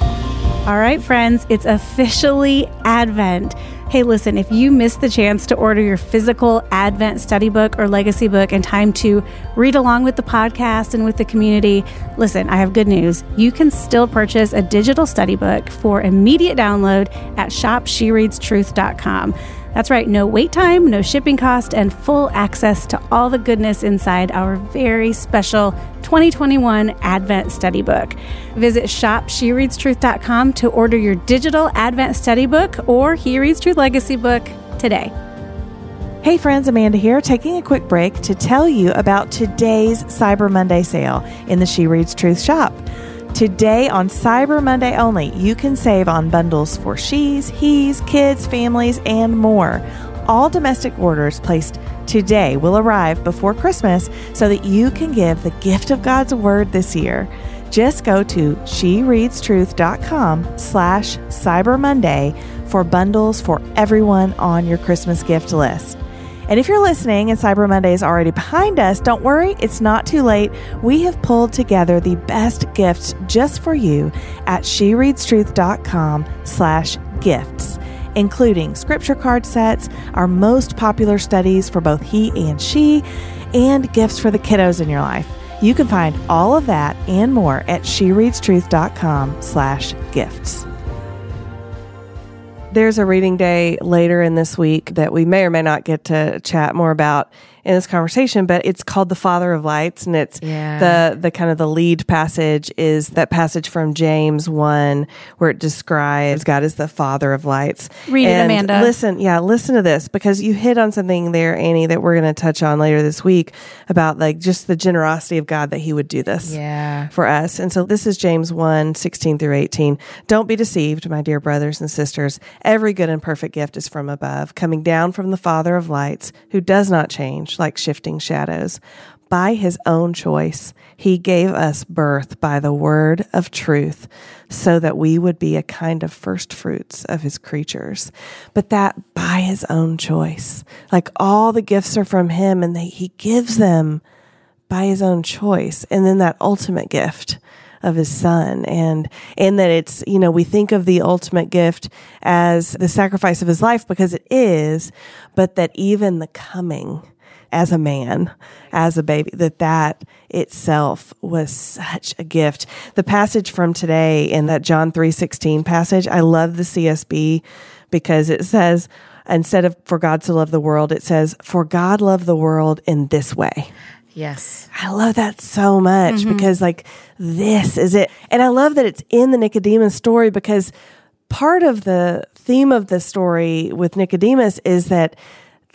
Speaker 1: All right, friends, it's officially Advent. Hey, listen, if you missed the chance to order your physical Advent study book or legacy book in time to read along with the podcast and with the community, listen, I have good news. You can still purchase a digital study book for immediate download at shopshereadstruth.com. That's right, no wait time, no shipping cost, and full access to all the goodness inside our very special 2021 Advent Study Book. Visit shopshereadstruth.com to order your digital Advent Study Book or He Reads Truth Legacy book today.
Speaker 2: Hey friends, Amanda here, taking a quick break to tell you about today's Cyber Monday sale in the She Reads Truth shop. Today on Cyber Monday only, you can save on bundles for she's, he's, kids, families, and more. All domestic orders placed today will arrive before Christmas so that you can give the gift of God's word this year. Just go to shereadstruth.com slash Cyber Monday for bundles for everyone on your Christmas gift list. And if you're listening and Cyber Monday is already behind us, don't worry, it's not too late. We have pulled together the best gifts just for you at shereadstruth.com slash gifts, including scripture card sets, our most popular studies for both he and she, and gifts for the kiddos in your life. You can find all of that and more at shereadstruth.com slash gifts. There's a reading day later in this week that we may or may not get to chat more about. in this conversation, but it's called the Father of Lights, and it's
Speaker 3: Yeah.
Speaker 2: the the kind of the lead passage is that passage from James one where it describes God as the Father of Lights.
Speaker 1: Read it,
Speaker 2: And
Speaker 1: Amanda.
Speaker 2: Listen, yeah, listen to this because you hit on something there, Annie, that we're going to touch on later this week about like just the generosity of God that He would do this
Speaker 3: Yeah.
Speaker 2: for us. And so this is James 1 16 through 18. Don't be deceived, my dear brothers and sisters. Every good and perfect gift is from above, coming down from the Father of lights, who does not change like shifting shadows. By his own choice, he gave us birth by the word of truth, so that we would be a kind of first fruits of his creatures. But that by his own choice, like all the gifts are from him and they, he gives them by his own choice and then that ultimate gift of his son and and that it's you know we think of the ultimate gift as the sacrifice of his life because it is but that even the coming as a man as a baby that that itself was such a gift the passage from today in that John 3:16 passage I love the CSB because it says instead of for God to love the world it says for God loved the world in this way
Speaker 3: Yes.
Speaker 2: I love that so much because like this is it. And I love that it's in the Nicodemus story because part of the theme of the story with Nicodemus is that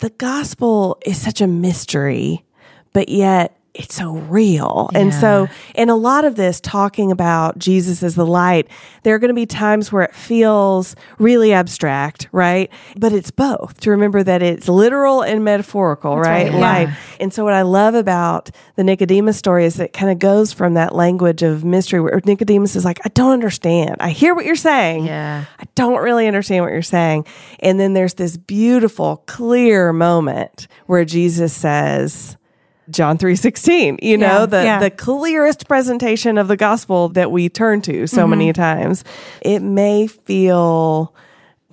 Speaker 2: the gospel is such a mystery, but yet it's so real. And so in a lot of this talking about Jesus as the light, there are going to be times where it feels really abstract, right? But it's both to remember that it's literal and metaphorical, right?
Speaker 3: right.
Speaker 2: Light. And so, what I love about the Nicodemus story is that it kind of goes from that language of mystery where Nicodemus is like, I don't understand. I hear what you're saying.
Speaker 3: Yeah.
Speaker 2: I don't really understand what you're saying. And then there's this beautiful, clear moment where Jesus says, John 3:16, you know,
Speaker 1: Yeah,
Speaker 2: the
Speaker 1: yeah.
Speaker 2: the clearest presentation of the gospel that we turn to so many
Speaker 1: Mm-hmm.
Speaker 2: times. It may feel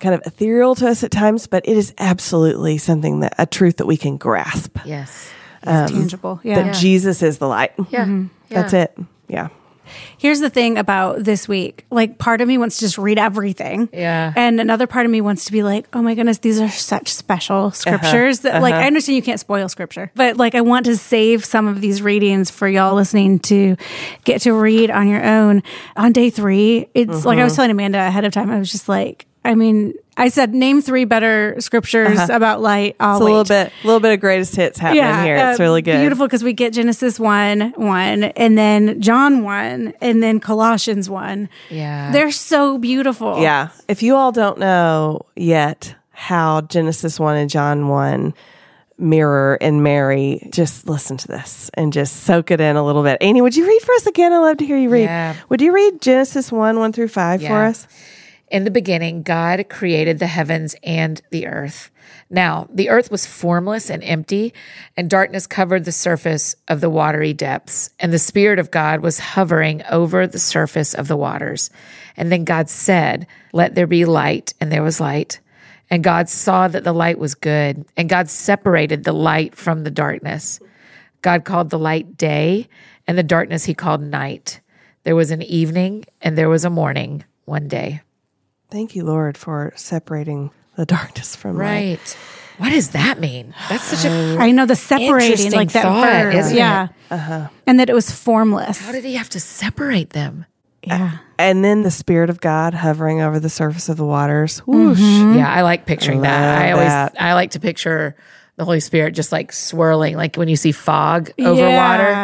Speaker 2: kind of ethereal to us at times, but it is absolutely something that a truth that we can grasp.
Speaker 3: Yes.
Speaker 1: It's tangible. Yeah. Mm-hmm.
Speaker 2: That Jesus is the light.
Speaker 3: Yeah.
Speaker 2: Mm-hmm. That's it. Yeah.
Speaker 1: Here's the thing about this week. Like, part of me wants to just read everything.
Speaker 3: Yeah.
Speaker 1: And another part of me wants to be like, oh my goodness, these are such
Speaker 2: Uh-huh.
Speaker 1: special scriptures that, like, I understand you can't spoil scripture, but like, I want to save some of these readings for y'all listening to get to read on your own. On day three, it's like
Speaker 2: Uh-huh.
Speaker 1: I was telling Amanda ahead of time, I was just like, I mean, I said, name three better scriptures about light. I'll
Speaker 2: Uh-huh. It's a
Speaker 1: wait.
Speaker 2: little bit little bit of greatest hits happening here. It's
Speaker 1: uh,
Speaker 2: really good.
Speaker 1: Beautiful because we get Genesis 1 1, and then John 1, and then Colossians 1.
Speaker 3: Yeah.
Speaker 1: They're so beautiful.
Speaker 2: Yeah. If you all don't know yet how Genesis 1 and John 1 mirror and marry, just listen to this and just soak it in a little bit. Annie, would you read for us again? I love to hear you read.
Speaker 3: Yeah.
Speaker 2: Would you read Genesis 1 1 through 5 for
Speaker 3: Yeah.
Speaker 2: us?
Speaker 3: In the beginning, God created the heavens and the earth. Now, the earth was formless and empty, and darkness covered the surface of the watery depths, and the Spirit of God was hovering over the surface of the waters. And then God said, Let there be light, and there was light. And God saw that the light was good, and God separated the light from the darkness. God called the light day, and the darkness he called night. There was an evening, and there was a morning one day.
Speaker 2: Thank you, Lord, for separating the darkness from light.
Speaker 3: Right. What does that mean? That's such a.
Speaker 1: I know the separating,
Speaker 3: Interesting
Speaker 1: like that
Speaker 3: thought,
Speaker 1: verb.
Speaker 3: isn't it?
Speaker 1: yeah.
Speaker 2: Uh-huh.
Speaker 1: And that it was formless.
Speaker 3: How did he have to separate them?
Speaker 1: yeah.
Speaker 2: And then the Spirit of God hovering over the surface of the waters. Whoosh.
Speaker 3: Mm-hmm. Yeah, I like picturing that.
Speaker 2: Love
Speaker 3: I always,
Speaker 2: that.
Speaker 3: I like to picture the Holy Spirit just like swirling, like when you see fog over
Speaker 1: Yeah.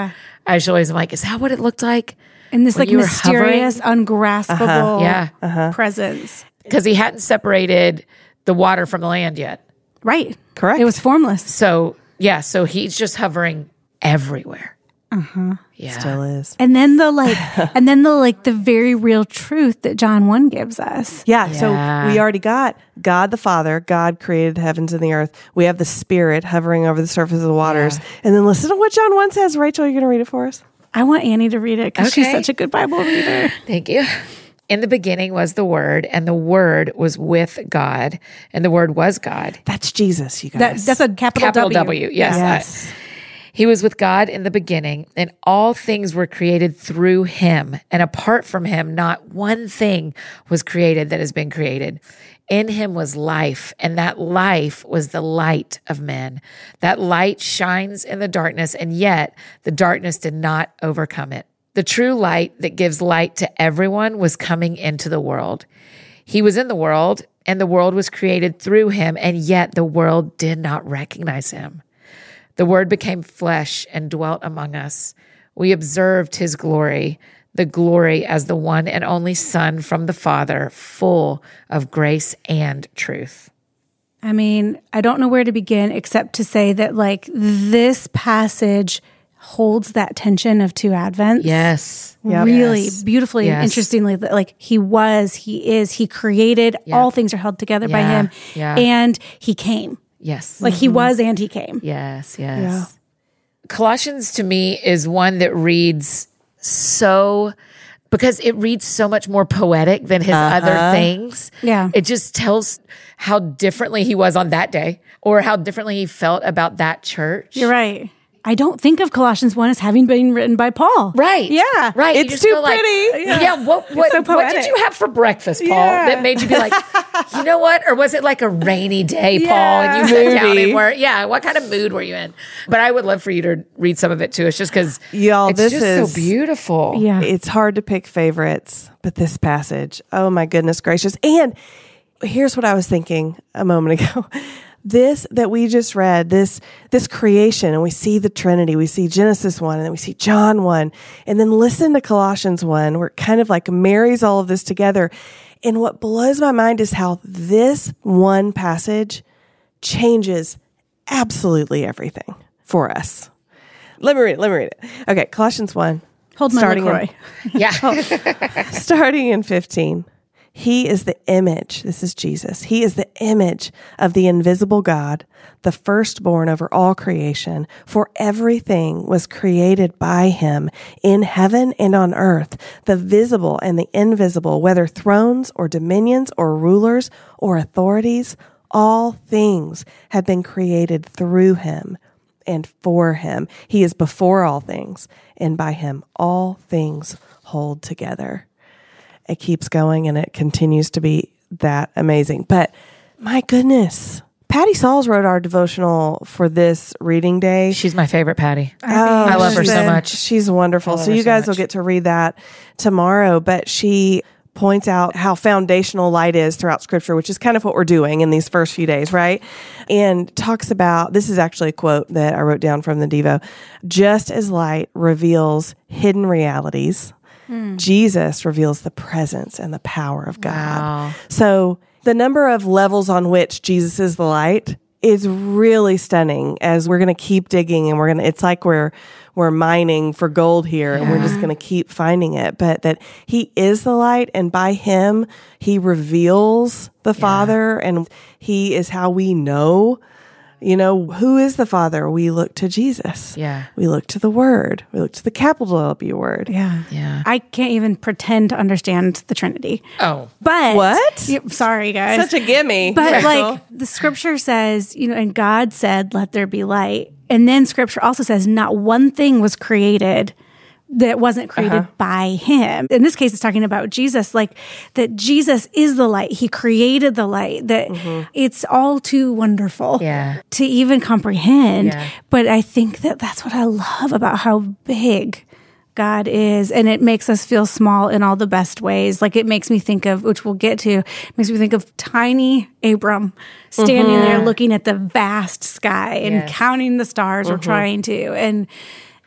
Speaker 3: water. I just always am like, is that what it looked like?
Speaker 1: And this
Speaker 3: When
Speaker 1: like
Speaker 3: you were
Speaker 1: mysterious, ungraspable
Speaker 2: Uh-huh.
Speaker 3: Yeah.
Speaker 1: presence.
Speaker 3: Because he hadn't separated the water from the land yet.
Speaker 1: Right.
Speaker 2: Correct.
Speaker 1: It was formless.
Speaker 3: So yeah, so he's just hovering everywhere. Uh huh. Yeah.
Speaker 2: Still is.
Speaker 1: And then the like, and then the like, the very real truth that John 1 gives us.
Speaker 2: Yeah,
Speaker 3: Yeah.
Speaker 2: so we already got God the Father, God created the heavens and the earth. We have the Spirit hovering over the surface of the waters. And then listen to what John 1 says. Rachel, you're going to read it for us?
Speaker 1: I want Annie to read it because she's
Speaker 3: Okay.
Speaker 1: such a good Bible reader.
Speaker 3: Thank you. In the beginning was the Word, and the Word was with God, and the Word was God.
Speaker 2: That's Jesus, you guys.
Speaker 1: That, that's a capital,
Speaker 3: Capital W. Yes.
Speaker 2: yes.
Speaker 3: He was with God in the beginning, and all things were created through him. And apart from him, not one thing was created that has been created. In him was life, and that life was the light of men. That light shines in the darkness, and yet the darkness did not overcome it. The true light that gives light to everyone was coming into the world. He was in the world, and the world was created through him, and yet the world did not recognize him. The word became flesh and dwelt among us. We observed his glory, the glory as the one and only Son from the Father, full of grace and truth.
Speaker 1: I mean, I don't know where to begin except to say that, like, this passage holds that tension of two Advents.
Speaker 3: Yes.
Speaker 1: Really beautifully and
Speaker 3: Yes.
Speaker 1: interestingly, that, like he was, he is, he created, all things are held together by
Speaker 3: Yeah.
Speaker 1: him,
Speaker 3: Yeah. Mm-hmm.
Speaker 1: and he came.
Speaker 3: Yes.
Speaker 1: Like he was and he came.
Speaker 3: Yes, yes. Colossians to me is one that reads so because it reads so much more poetic than his other things.
Speaker 1: Uh-huh. Yeah.
Speaker 3: It just tells how differently he was on that day or how differently he felt about that church.
Speaker 1: You're right. I don't think of Colossians 1 as having been written by Paul.
Speaker 3: Right.
Speaker 1: Yeah.
Speaker 3: Right. You
Speaker 2: It's
Speaker 3: just
Speaker 2: too
Speaker 3: feel like,
Speaker 2: pretty.
Speaker 3: Yeah. what what,
Speaker 1: so
Speaker 3: what did
Speaker 1: poetic.
Speaker 3: you have for breakfast, Paul?
Speaker 2: Yeah.
Speaker 3: That made you be like, you know what? Or was it like a rainy day, Paul? And you sat down
Speaker 2: Moody.
Speaker 3: and were yeah. What kind of mood were you in? But I would love for you to read some of it to us, just because
Speaker 2: Y'all,
Speaker 3: it's
Speaker 2: this
Speaker 3: just
Speaker 2: is-
Speaker 3: so beautiful.
Speaker 1: Yeah.
Speaker 2: It's hard to pick favorites, but this passage, oh my goodness gracious. And here's what I was thinking a moment ago. This that we just read, this this creation, and we see the Trinity, we see Genesis one, and then we see John one, and then listen to Colossians one, where it kind of like marries all of this together. And what blows my mind is how this one passage changes absolutely everything for us. Let me read it. Let me read it. Okay, Colossians one.
Speaker 1: Hold my
Speaker 2: starting in-
Speaker 1: LaCroix.
Speaker 3: Yeah.
Speaker 2: starting in 15. He is the image. This is Jesus. He is the image of the invisible God, the firstborn over all creation. For everything was created by him in heaven and on earth, the visible and the invisible, whether thrones or dominions or rulers or authorities. All things have been created through him and for him. He is before all things, and by him all things hold together. It keeps going and it continues to be that amazing. But my goodness, Patty Sauls wrote our devotional for this reading day.
Speaker 3: She's my favorite Patty.
Speaker 2: Oh,
Speaker 3: I love her
Speaker 2: she's
Speaker 3: so
Speaker 2: been-
Speaker 3: much.
Speaker 2: She's wonderful. So
Speaker 3: her
Speaker 2: you
Speaker 3: so
Speaker 2: guys
Speaker 3: much.
Speaker 2: will get to read that tomorrow, but she points out how foundational light is throughout scripture, which is kind of what we're doing in these first few days, right? And talks about this is actually a quote that I wrote down from the Devo. Just as light reveals hidden realities, Jesus reveals the presence and the power of God. So the number of levels on which Jesus is the light is really stunning as we're going to keep digging and we're going to it's like we're we're mining for gold here and we're just going to keep finding it but that he is the light and by him he reveals the father and he is how we know you know who is the father we look to Jesus
Speaker 3: Yeah.
Speaker 2: we look to the word we look to the capital W word
Speaker 1: Yeah.
Speaker 3: Yeah.
Speaker 1: I can't even pretend to understand the Trinity.
Speaker 3: Oh.
Speaker 1: But
Speaker 2: What?
Speaker 1: Yeah, sorry, guys.
Speaker 2: such a gimme
Speaker 1: But
Speaker 2: Rachel.
Speaker 1: like the scripture says, you know, and God said, let there be light. And then scripture also says, not one thing was created that wasn't created by him. In this case, it's talking about Jesus, like that Jesus is the light. He created the light, that it's all too wonderful
Speaker 3: Yeah.
Speaker 1: to even comprehend.
Speaker 3: Yeah.
Speaker 1: But I think that that's what I love about how big God is. And it makes us feel small in all the best ways. Like it makes me think of, which we'll get to, makes me think of tiny Abram standing there looking at the vast sky and
Speaker 3: Mm-hmm. Yes. Mm-hmm.
Speaker 1: counting the stars or trying to. And,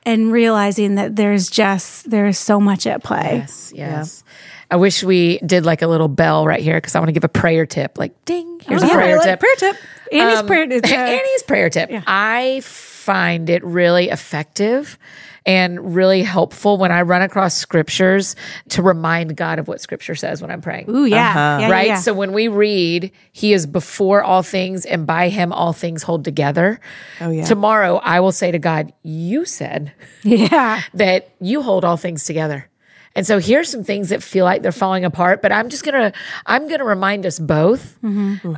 Speaker 1: and realizing that there's just there's so much at play.
Speaker 3: Yes. Yes. I wish we did like a little bell right here because I want to give a prayer tip. Like ding. Here's a
Speaker 1: Oh, Yeah,
Speaker 3: prayer
Speaker 1: like,
Speaker 3: tip.
Speaker 1: prayer tip. Annie's
Speaker 3: Um,
Speaker 1: prayer tip.
Speaker 3: Annie's prayer tip. I find it really effective and really helpful when I run across scriptures to remind God of what scripture says when I'm praying.
Speaker 1: Ooh, yeah. Yeah, yeah,
Speaker 3: Uh-huh. right?
Speaker 1: yeah.
Speaker 3: So when we read, He is before all things, and by Him all things hold together. Oh, yeah. Tomorrow, I will say to God, You said
Speaker 1: yeah.
Speaker 3: that you hold all things together. And so here's some things that feel like they're falling apart, but I'm just going to I'm going to remind us both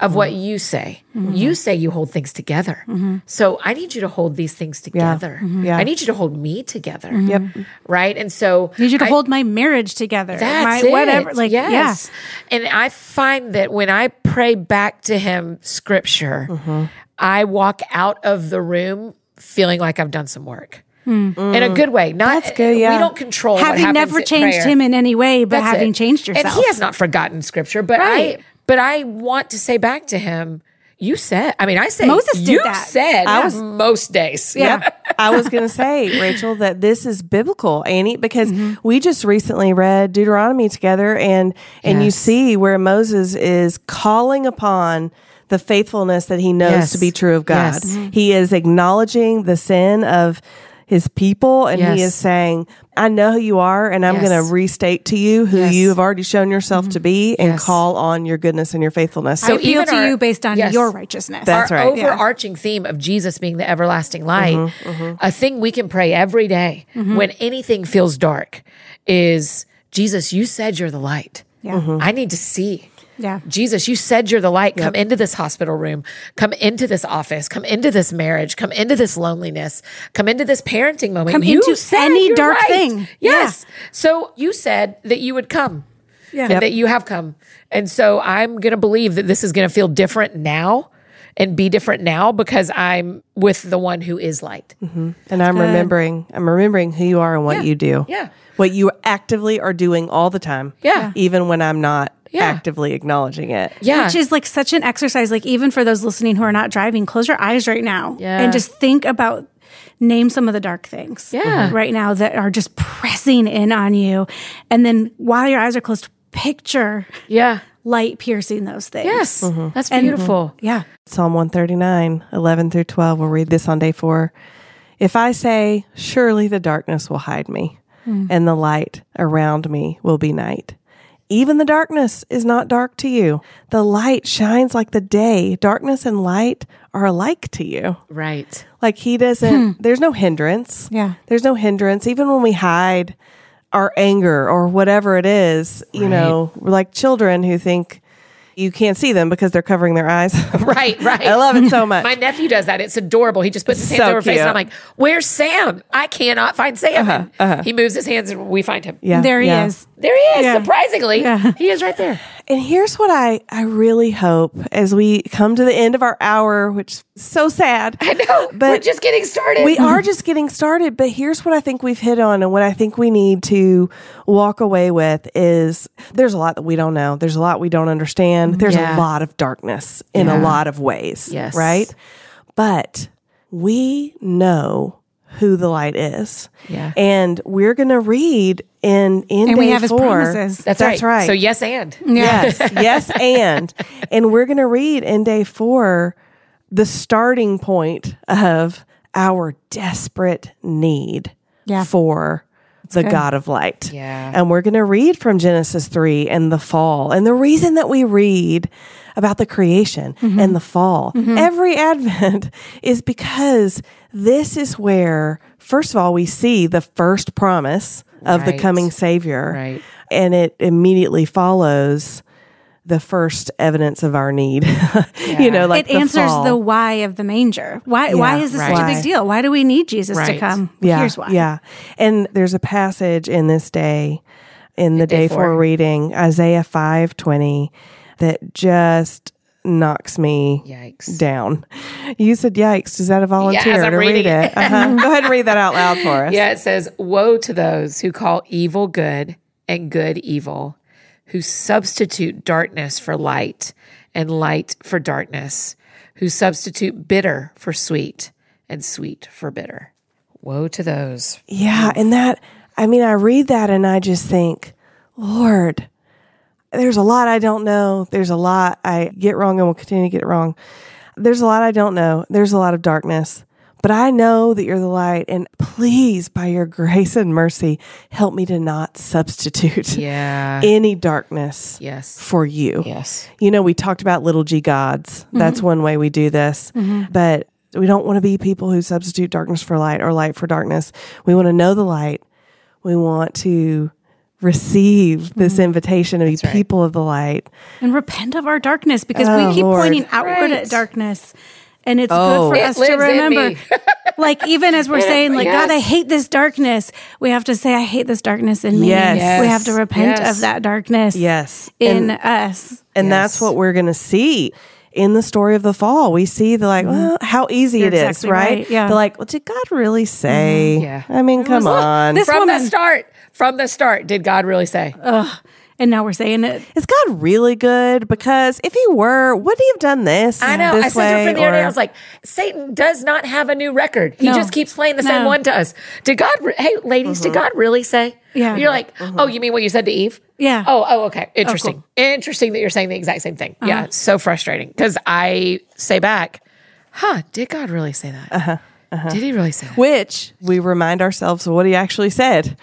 Speaker 3: of what you say. You say you hold things together. So I need you to hold these things together.
Speaker 2: Yeah.
Speaker 3: I need you to hold me together. Yep. Right? And so
Speaker 1: I need you to
Speaker 3: I-
Speaker 1: hold my marriage together.
Speaker 3: that's
Speaker 1: my
Speaker 3: it.
Speaker 1: whatever. Like
Speaker 3: yes. And I find that when I pray back to him scripture,
Speaker 1: Mm-hmm.
Speaker 3: I walk out of the room feeling like I've done some work. In a good way. Not
Speaker 2: That's good, yeah.
Speaker 3: we don't control
Speaker 1: Hmm. yeah.
Speaker 3: what
Speaker 1: Having
Speaker 3: happens
Speaker 1: never
Speaker 3: at
Speaker 1: changed
Speaker 3: prayer.
Speaker 1: him in any way, but
Speaker 3: That's
Speaker 1: having
Speaker 3: it.
Speaker 1: changed yourself.
Speaker 3: And he has not forgotten scripture, but
Speaker 1: Right.
Speaker 3: I but I want to say back to him, you said I mean I say
Speaker 1: Moses did
Speaker 3: you
Speaker 1: that.
Speaker 3: said I was most days.
Speaker 1: Yeah.
Speaker 2: I was going to say, Rachel, that this is biblical, Annie, because
Speaker 3: Mm-hmm.
Speaker 2: we just recently read Deuteronomy together, and and you
Speaker 3: Yes.
Speaker 2: see where Moses is calling upon the faithfulness that he knows
Speaker 3: Yes.
Speaker 2: to be true of God.
Speaker 3: Yes. Mm-hmm.
Speaker 2: He is acknowledging the sin of his people, and he
Speaker 3: Yes.
Speaker 2: is saying, "I know who you are, and I'm
Speaker 3: Yes.
Speaker 2: going to restate to you who
Speaker 3: Yes. Mm-hmm.
Speaker 2: you have already shown yourself to be, and
Speaker 3: Yes.
Speaker 2: call on your goodness and your faithfulness."
Speaker 1: I
Speaker 3: So
Speaker 1: appeal
Speaker 3: even
Speaker 1: to
Speaker 3: our-
Speaker 1: you based on
Speaker 3: Yes.
Speaker 1: your righteousness.
Speaker 2: That's
Speaker 3: our
Speaker 2: right.
Speaker 3: overarching theme of Jesus being the everlasting light,
Speaker 1: Mm-hmm,
Speaker 3: a thing we can pray every day when anything feels dark is Jesus, you said you're the light.
Speaker 1: Yeah. Mm-hmm.
Speaker 3: I need to see.
Speaker 1: Yeah.
Speaker 3: Jesus, you said you're the light. Come into this hospital room. Come into this office. Come into this marriage. Come into this loneliness. Come into this parenting moment.
Speaker 1: Come
Speaker 3: you
Speaker 1: into
Speaker 3: said
Speaker 1: any
Speaker 3: you're
Speaker 1: dark
Speaker 3: right.
Speaker 1: thing.
Speaker 3: Yes. So you said that you would come
Speaker 1: Yeah.
Speaker 3: and that you have come. And so I'm going to believe that this is going to feel different now and be different now because I'm with the one who is light.
Speaker 2: And I'm remembering, I'm remembering who you are and what you do.
Speaker 3: Yeah.
Speaker 2: What you actively are doing all the time.
Speaker 3: Yeah.
Speaker 2: Even when I'm not
Speaker 3: Yeah.
Speaker 2: actively acknowledging it.
Speaker 3: Yeah.
Speaker 1: Which is like such an exercise. Like even for those listening who are not driving, close your eyes right now
Speaker 3: Yeah.
Speaker 1: and just think about name some of the dark things
Speaker 3: Yeah.
Speaker 1: right now that are just pressing in on you. And then while your eyes are closed, picture
Speaker 3: yeah. Mm-hmm.
Speaker 1: light piercing those things.
Speaker 3: Yes. That's beautiful.
Speaker 1: Yeah.
Speaker 2: Psalm 139, 11 through 12. We'll read this on day four. If I say, Surely the darkness will hide me,
Speaker 3: Hmm.
Speaker 2: and the light around me will be night. Even the darkness is not dark to you. The light shines like the day. Darkness and light are alike to you.
Speaker 3: Right.
Speaker 2: Like he
Speaker 3: Hmm.
Speaker 2: doesn't, there's no hindrance.
Speaker 1: Yeah.
Speaker 2: There's no hindrance. Even when we hide our anger or whatever it is, you know, we're like children who think you can't see them because they're covering their eyes.
Speaker 3: Right. Right.
Speaker 2: I love it so much.
Speaker 3: My nephew does that. It's adorable. He just puts his hands
Speaker 2: So
Speaker 3: over her face, and I'm
Speaker 2: cute.
Speaker 3: like, "Where's Sam? I cannot find Sam." And He moves his hands, and we find him.
Speaker 2: Yeah,
Speaker 1: There he
Speaker 2: yeah.
Speaker 1: is.
Speaker 3: There he is.
Speaker 1: Yeah.
Speaker 3: Surprisingly, he is right there.
Speaker 2: And here's what I, I really hope as we come to the end of our hour, which is so sad.
Speaker 3: I know.
Speaker 2: But-
Speaker 3: We're just getting started.
Speaker 2: We are just getting started, but here's what I think we've hit on and what I think we need to walk away with is there's a lot that we don't know. There's a lot we don't understand. There's
Speaker 3: Mm-hmm.
Speaker 2: a
Speaker 3: Yeah.
Speaker 2: lot of darkness in a
Speaker 3: Yeah.
Speaker 2: lot of ways.
Speaker 3: Yes.
Speaker 2: Right? But we know who the light is.
Speaker 3: Yeah.
Speaker 2: And we're gonna read in in
Speaker 1: And we
Speaker 2: day
Speaker 1: have his
Speaker 2: four-
Speaker 1: promises.
Speaker 3: That's, right. So yes, and
Speaker 2: Yes, yes, and and we're going to read in day four the starting point of our desperate need
Speaker 1: Yeah.
Speaker 2: for the God of light.
Speaker 3: Yeah.
Speaker 2: And we're going to read from Genesis 3 and the fall. And the reason that we read about the creation and the fall every Advent is because this is where, first of all, we see the first promise of the
Speaker 3: Right.
Speaker 2: coming Savior.
Speaker 3: Right.
Speaker 2: And it immediately follows the first evidence of our need. you know, like
Speaker 1: it answers
Speaker 2: fall.
Speaker 1: the why of the manger. Why why
Speaker 2: Yeah,
Speaker 1: is this
Speaker 3: right.
Speaker 1: such a
Speaker 2: Why?
Speaker 1: big deal? Why do we need Jesus to
Speaker 3: Right.
Speaker 1: come?
Speaker 2: Yeah.
Speaker 1: Here's why.
Speaker 2: Yeah. And there's a passage in this day, in the day,
Speaker 3: day
Speaker 2: four.
Speaker 3: four.
Speaker 2: reading, Isaiah five twenty, that just knocks me
Speaker 3: Yikes.
Speaker 2: down. You said yikes. Does that a volunteer
Speaker 3: Yes, I'm
Speaker 2: to read
Speaker 3: reading
Speaker 2: it?
Speaker 3: it.
Speaker 2: Uh-huh. Go ahead and read that out loud for us.
Speaker 3: Yeah, it says, Woe to those who call evil good and good evil, who substitute darkness for light and light for darkness, who substitute bitter for sweet and sweet for bitter. Woe to those.
Speaker 2: Yeah, and that I mean, I read that and I just think, Lord, there's a lot I don't know. There's a lot I get wrong and will continue to get wrong. There's a lot I don't know. There's a lot of darkness. But I know that you're the light, and please, by your grace and mercy, help me to not substitute
Speaker 3: Yeah.
Speaker 2: any darkness
Speaker 3: yes.
Speaker 2: for you.
Speaker 3: Yes.
Speaker 2: You know, we talked about little g gods. That's
Speaker 3: Mm-hmm.
Speaker 2: one way we do this. But we don't want to be people who substitute darkness for light or light for darkness. We want to know the light. We want to receive
Speaker 3: Mm-hmm.
Speaker 2: this invitation to be people of the light.
Speaker 1: and repent of our darkness because
Speaker 2: Oh,
Speaker 1: we keep
Speaker 2: Lord.
Speaker 1: pointing outward
Speaker 3: Right.
Speaker 1: at darkness. And it's good
Speaker 2: Oh.
Speaker 1: for
Speaker 3: It
Speaker 1: us to
Speaker 3: lives in
Speaker 1: remember.
Speaker 3: me.
Speaker 1: like, even as we're saying, like,
Speaker 3: yes.
Speaker 1: God, I hate this darkness, we have to say, I hate this darkness in me.
Speaker 2: Yes.
Speaker 1: We have to
Speaker 2: Yes.
Speaker 1: repent
Speaker 3: Yes.
Speaker 1: of that darkness
Speaker 2: Yes.
Speaker 1: in us.
Speaker 2: And that's what we're going to see in the story of the fall. We see the like,
Speaker 3: Mm-hmm.
Speaker 2: well, how easy
Speaker 1: You're
Speaker 2: it is,
Speaker 1: exactly
Speaker 2: right?
Speaker 1: right. Yeah.
Speaker 2: They're like, well, did God really say?
Speaker 3: Yeah.
Speaker 2: I mean, come on.
Speaker 1: this-
Speaker 3: from
Speaker 1: woman-
Speaker 3: the start, from the start, did God really say?
Speaker 1: And now we're saying it.
Speaker 2: is God really good? Because if he were, wouldn't he have done this?
Speaker 3: I know.
Speaker 2: This
Speaker 3: I said to a friend the
Speaker 2: way,
Speaker 3: other day,
Speaker 2: or-
Speaker 3: I was like, Satan does not have a new record. He
Speaker 1: No.
Speaker 3: just keeps playing the same
Speaker 1: No.
Speaker 3: one to us. Did God, re- hey, ladies, did God really say?
Speaker 1: Yeah.
Speaker 3: You're like, oh, you mean what you said to Eve?
Speaker 1: Yeah.
Speaker 3: Oh, oh, okay. Interesting. Interesting that you're saying the exact same thing.
Speaker 1: Uh-huh.
Speaker 3: Yeah. it's So frustrating because I say back, huh, did God really say that? Uh-huh. Did he really say that?
Speaker 2: which we remind ourselves of what he actually said.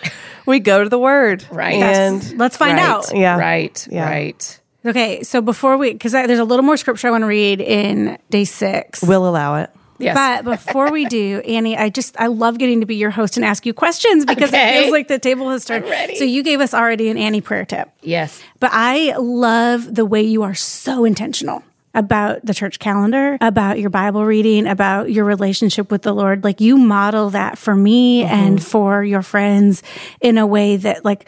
Speaker 2: We go to the word.
Speaker 3: Right.
Speaker 2: And
Speaker 1: Let's find
Speaker 3: right.
Speaker 1: out.
Speaker 2: Yeah.
Speaker 3: Right.
Speaker 2: Yeah.
Speaker 3: Right.
Speaker 1: Okay. So before we, because there's a little more scripture I want to read in day six.
Speaker 2: we'll allow it.
Speaker 3: Yes.
Speaker 1: But before we do, Annie, I just I love getting to be your host and ask you questions because
Speaker 3: Okay.
Speaker 1: it feels like the table has turned.
Speaker 3: ready.
Speaker 1: So you gave us already an Annie prayer tip.
Speaker 3: yes.
Speaker 1: But I love the way you are so intentional about the church calendar, about your Bible reading, about your relationship with the Lord. Like you model that for me
Speaker 3: Mm-hmm.
Speaker 1: and for your friends in a way that like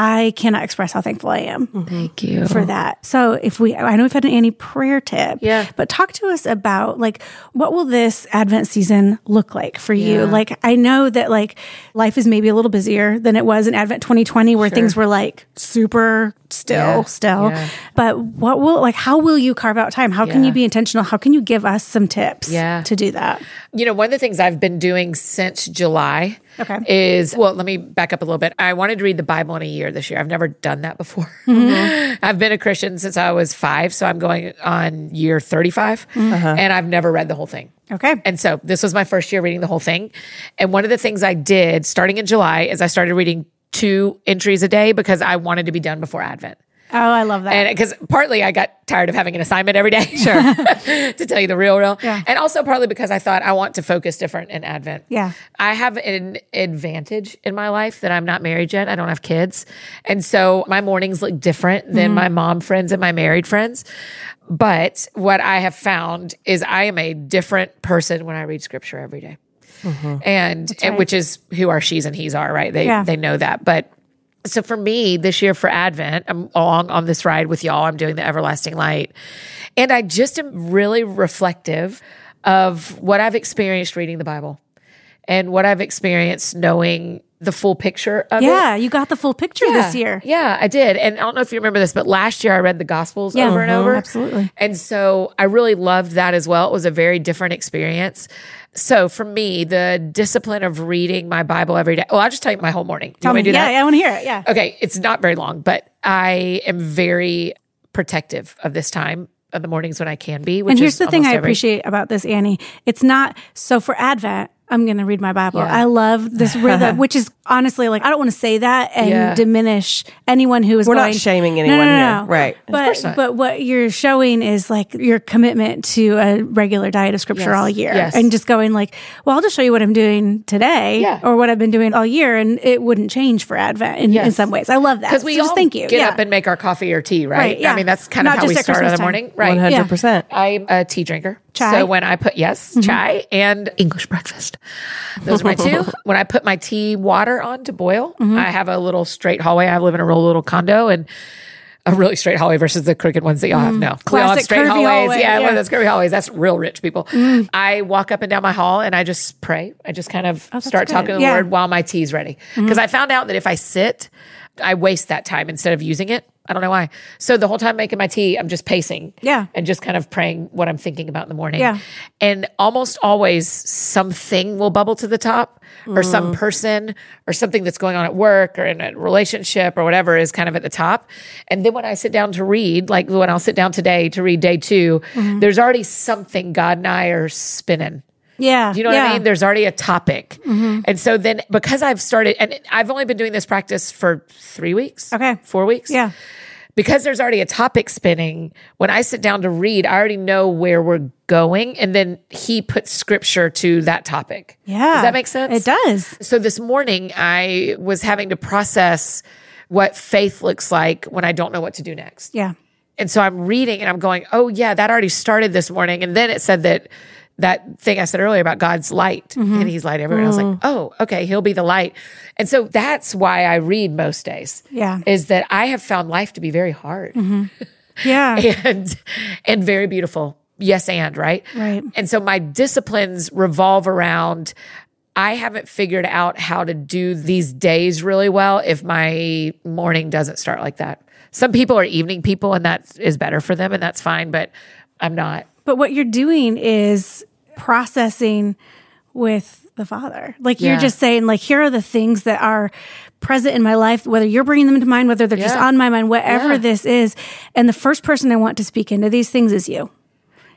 Speaker 1: I cannot express how thankful I am
Speaker 3: Mm-hmm. Thank you.
Speaker 1: for that. So if we, I know we've had an Annie prayer tip,
Speaker 3: Yeah.
Speaker 1: But talk to us about like what will this Advent season look like for you? Like I know that like life is maybe a little busier than it was in Advent 2020, where things were like super still,
Speaker 3: Yeah.
Speaker 1: still.
Speaker 3: Yeah.
Speaker 1: But what will like how will you carve out time? How can
Speaker 3: Yeah.
Speaker 1: you be intentional? How can you give us some tips?
Speaker 3: Yeah.
Speaker 1: to do that.
Speaker 3: You know, one of the things I've been doing since July
Speaker 1: Okay.
Speaker 3: is well, let me back up a little bit. I wanted to read the Bible in a year this year. I've never done that before.
Speaker 1: Mm-hmm.
Speaker 3: I've been a Christian since I was five, so I'm going on year 35, and I've never read the whole thing.
Speaker 1: Uh-huh. Okay.
Speaker 3: And so this was my first year reading the whole thing. And one of the things I did starting in July is I started reading two entries a day because I wanted to be done before Advent.
Speaker 1: oh, I love that.
Speaker 3: And because partly I got tired of having an assignment every day. Sure. to tell you the real, real.
Speaker 1: Yeah.
Speaker 3: And also partly because I thought I want to focus different in Advent.
Speaker 1: Yeah.
Speaker 3: I have an advantage in my life that I'm not married yet. I don't have kids. And so my mornings look different
Speaker 1: Mm-hmm.
Speaker 3: than my mom friends and my married friends. But what I have found is I am a different person when I read scripture every day. And, and which is who our she's and he's are, right? They
Speaker 1: Mm-hmm. Yeah.
Speaker 3: they know that. But so for me this year for Advent, I'm along on this ride with y'all. I'm doing the everlasting light. And I just am really reflective of what I've experienced reading the Bible and what I've experienced knowing the full picture of it.
Speaker 1: yeah, you got the full picture this year.
Speaker 3: Yeah, I did. And I don't know if you remember this, but last year I read the Gospels
Speaker 1: Yeah.
Speaker 3: over and
Speaker 1: Mhm.
Speaker 3: over.
Speaker 1: Absolutely.
Speaker 3: And so I really loved that as well. It was a very different experience. So for me, the discipline of reading my Bible every day. Well, I'll just tell you my whole morning. Do you
Speaker 1: Tell
Speaker 3: want me
Speaker 1: me.
Speaker 3: to do
Speaker 1: Um, yeah,
Speaker 3: that?
Speaker 1: I want to hear it. Yeah.
Speaker 3: Okay, it's not very long, but I am very protective of this time of the mornings when I can be. Which
Speaker 1: And here's
Speaker 3: is
Speaker 1: the thing
Speaker 3: almost
Speaker 1: I
Speaker 3: every-
Speaker 1: appreciate about this, Annie. It's not so for Advent. I'm going to read my Bible.
Speaker 3: Yeah.
Speaker 1: I love this rhythm, which is honestly like I don't want to say that and
Speaker 3: Yeah.
Speaker 1: diminish anyone who is.
Speaker 2: We're not
Speaker 1: going-
Speaker 2: shaming
Speaker 1: No,
Speaker 2: anyone
Speaker 1: no, no,
Speaker 2: here.
Speaker 1: no.
Speaker 2: Right. Of
Speaker 3: course
Speaker 1: But
Speaker 3: not.
Speaker 1: but what you're showing is like your commitment to a regular diet of scripture
Speaker 3: Yes.
Speaker 1: all year,
Speaker 3: Yes.
Speaker 1: and just going like, well, I'll just show you what I'm doing today,
Speaker 3: Yeah.
Speaker 1: or what I've been doing all year, and it wouldn't change for Advent in, in
Speaker 3: Yes.
Speaker 1: some ways. I love that
Speaker 3: because we
Speaker 1: So
Speaker 3: all
Speaker 1: just thank you.
Speaker 3: get
Speaker 1: Yeah.
Speaker 3: up and make our coffee or tea, right?
Speaker 1: Right,
Speaker 3: I
Speaker 1: yeah.
Speaker 3: mean, that's kind of
Speaker 1: Not
Speaker 3: how we
Speaker 1: just at
Speaker 3: start
Speaker 1: Christmas
Speaker 3: out of the
Speaker 1: time.
Speaker 3: morning, right?
Speaker 2: 100%.
Speaker 3: I'm a tea drinker.
Speaker 1: Chai. Mm-hmm.
Speaker 3: So when I put yes, chai and English breakfast. Those are my two. when I put my tea water on to boil,
Speaker 1: Mm-hmm.
Speaker 3: I have a little straight hallway. I live in a real little condo and a really straight hallway versus the crooked ones that y'all have. No, we all have
Speaker 1: Mm-hmm. Classic
Speaker 3: straight
Speaker 1: curvy
Speaker 3: hallways.
Speaker 1: hallway,
Speaker 3: yeah, one
Speaker 1: yeah. Mm.
Speaker 3: of those curvy hallways. That's real rich people. I walk up and down my hall and I just pray. I just kind of start
Speaker 1: Oh, good.
Speaker 3: talking to the
Speaker 1: Yeah.
Speaker 3: Lord while my tea's ready.
Speaker 1: Mm-hmm.
Speaker 3: Because I found out that if I sit, I waste that time instead of using it. I don't know why. So the whole time making my tea, I'm just pacing.
Speaker 1: Yeah.
Speaker 3: And just kind of praying what I'm thinking about in the morning.
Speaker 1: Yeah.
Speaker 3: And almost always something will bubble to the top or
Speaker 1: Mm.
Speaker 3: some person or something that's going on at work or in a relationship or whatever is kind of at the top. And then when I sit down to read, like when I'll sit down today to read day 2
Speaker 1: Mm-hmm.
Speaker 3: there's already something God and I are spinning.
Speaker 1: yeah, Mm-hmm.
Speaker 3: Do you know what I mean? There's already a topic. And so then because I've started and I've only been doing this practice for three weeks.
Speaker 1: Okay.
Speaker 3: Four weeks.
Speaker 1: Yeah.
Speaker 3: Because there's already a topic spinning, when I sit down to read, I already know where we're going. And then he puts scripture to that topic.
Speaker 1: Yeah,
Speaker 3: Does that make sense?
Speaker 1: It does.
Speaker 3: So this morning I was having to process what faith looks like when I don't know what to do next.
Speaker 1: Yeah.
Speaker 3: And so I'm reading and I'm going, oh yeah, that already started this morning. And then it said that that thing I said earlier about God's light and he's light everywhere. And I was like, oh, okay, he'll be the light. And so that's why I read most days.
Speaker 1: Yeah.
Speaker 3: Is that I have found life to be very hard
Speaker 1: Yeah.
Speaker 3: and and very beautiful. Yes, and right.
Speaker 1: Right.
Speaker 3: And so my disciplines revolve around I haven't figured out how to do these days really well if my morning doesn't start like that. Some people are evening people and that is better for them and that's fine, but I'm not.
Speaker 1: But what you're doing is processing with the father. Like
Speaker 3: Yeah.
Speaker 1: you're just saying, like, here are the things that are present in my life, whether you're bringing them into mind, whether they're just
Speaker 3: Yeah.
Speaker 1: on my mind, whatever
Speaker 3: Yeah.
Speaker 1: this is. And the first person I want to speak into these things is you.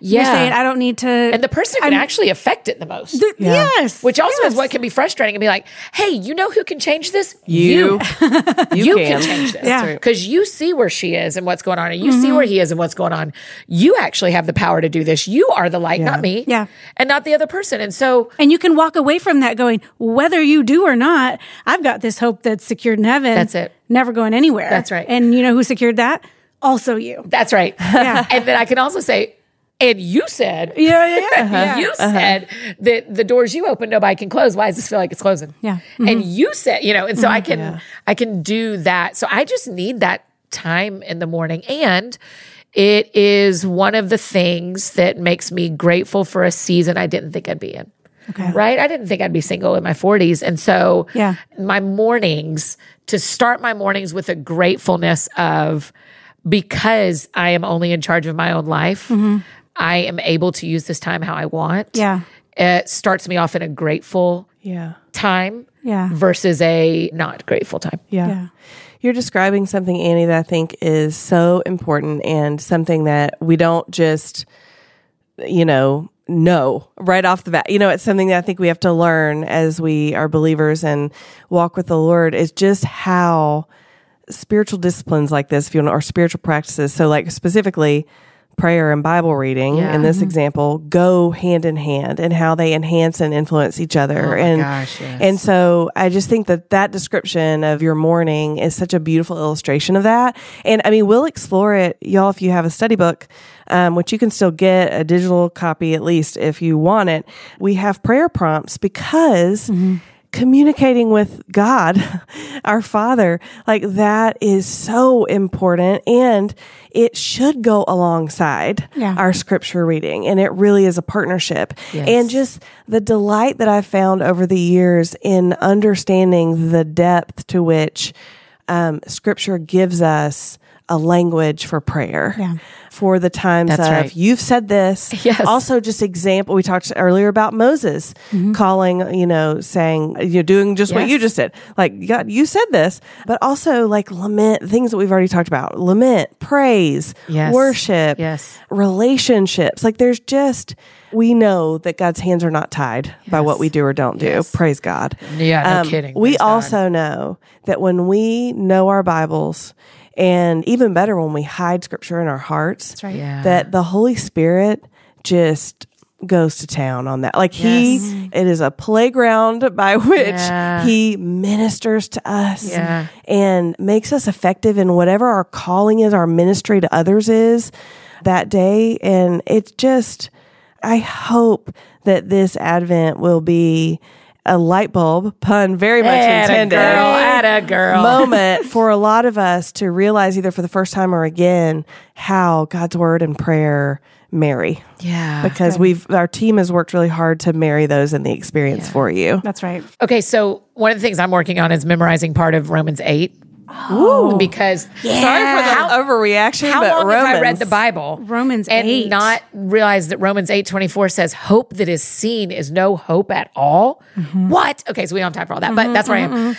Speaker 3: Yeah.
Speaker 1: You're saying, I don't need to.
Speaker 3: and the person who can actually affect it the most.
Speaker 1: Yes.
Speaker 3: which also is what can be frustrating and be like, hey, you know who can change this?
Speaker 2: You.
Speaker 3: You,
Speaker 2: can.
Speaker 3: can. change this.
Speaker 1: Yeah. Mm-hmm. right.
Speaker 3: Because you see where she is and what's going on, and you see where he is and what's going on. You actually have the power to do this. You are the light, not me.
Speaker 1: Yeah.
Speaker 3: And not the other person. And so
Speaker 1: And you can walk away from that going, whether you do or not, I've got this hope that's secured in heaven.
Speaker 3: That's it.
Speaker 1: Never going anywhere.
Speaker 3: That's right.
Speaker 1: And you know who secured that? Also you.
Speaker 3: that's right.
Speaker 1: Yeah.
Speaker 3: and then I can also say, and you said,
Speaker 1: Yeah, yeah,
Speaker 3: you
Speaker 1: uh-huh.
Speaker 3: said that the doors you open, nobody can close. Why does this feel like it's closing?
Speaker 1: Yeah. Mm-hmm.
Speaker 3: And you said, you know, and so I can, I can do that. So I just need that time in the morning. And it is one of the things that makes me grateful for a season I didn't think I'd be in.
Speaker 1: Okay.
Speaker 3: Right. I didn't think I'd be single in my 40s. And so
Speaker 1: Yeah.
Speaker 3: my mornings, to start my mornings with a gratefulness of because I am only in charge of my own life, I am able to use this time how I want.
Speaker 1: Mm-hmm. Yeah.
Speaker 3: It starts me off in a grateful
Speaker 2: Yeah.
Speaker 3: time
Speaker 1: Yeah.
Speaker 3: versus a not grateful time.
Speaker 2: Yeah.
Speaker 1: Yeah.
Speaker 2: You're describing something, Annie, that I think is so important and something that we don't just, you know, know right off the bat. You know, it's something that I think we have to learn as we are believers and walk with the Lord is just how spiritual disciplines like this, if you want, or spiritual practices. So, like specifically, prayer and Bible reading in this example go hand in hand, and how they enhance and influence each other. and and so, I just think that that description of your morning is such a beautiful illustration of that. And I mean, we'll explore it, y'all. If you have a study book, um, which you can still get a digital copy at least if you want it, we have prayer prompts because communicating with God, our Father, like that is so important and it should go alongside
Speaker 1: Yeah.
Speaker 2: our scripture reading and it really is a partnership. And just the delight that I've found over the years in understanding the depth to which um, scripture gives us a language for prayer
Speaker 1: Yeah.
Speaker 2: for the times
Speaker 3: That's
Speaker 2: of
Speaker 3: right.
Speaker 2: you've said this.
Speaker 3: Yes.
Speaker 2: Also, just example we talked earlier about Moses calling, you know, saying you're doing just what
Speaker 3: Mm-hmm. Yes.
Speaker 2: you just did. Like God, you said this, but also like lament things that we've already talked about: lament, praise,
Speaker 3: Yes.
Speaker 2: worship,
Speaker 3: Yes.
Speaker 2: relationships. Like there's just we know that God's hands are not tied by what we do or don't do. Praise God. Um,
Speaker 3: Yeah, no kidding.
Speaker 2: We
Speaker 3: Praise God.
Speaker 2: also know that when we know our Bibles, and even better when we hide Scripture in our hearts,
Speaker 1: right.
Speaker 3: Yeah.
Speaker 2: that the Holy Spirit just goes to town on that. Like he it is a playground by which
Speaker 3: Yeah.
Speaker 2: he ministers to us
Speaker 3: Yeah.
Speaker 2: and makes us effective in whatever our calling is, our ministry to others is that day. And it's just I hope that this Advent will be a light bulb, pun very much
Speaker 3: Atta
Speaker 2: intended
Speaker 3: girl, atta girl.
Speaker 2: moment for a lot of us to realize either for the first time or again how God's word and prayer marry
Speaker 3: yeah.
Speaker 2: because we've our team has worked really hard to marry those in the experience for you.
Speaker 1: That's right.
Speaker 3: Okay, so one of the things I'm working on is memorizing part of Romans 8. Because sorry for the how,
Speaker 2: overreaction,
Speaker 3: how long have I read the Bible?
Speaker 1: Romans
Speaker 3: and
Speaker 1: 8.
Speaker 3: not realize that Romans 8 24 says, Hope that is seen is no hope at all.
Speaker 1: Mm-hmm.
Speaker 3: What? Okay, so we don't have time for all that, but that's where I am.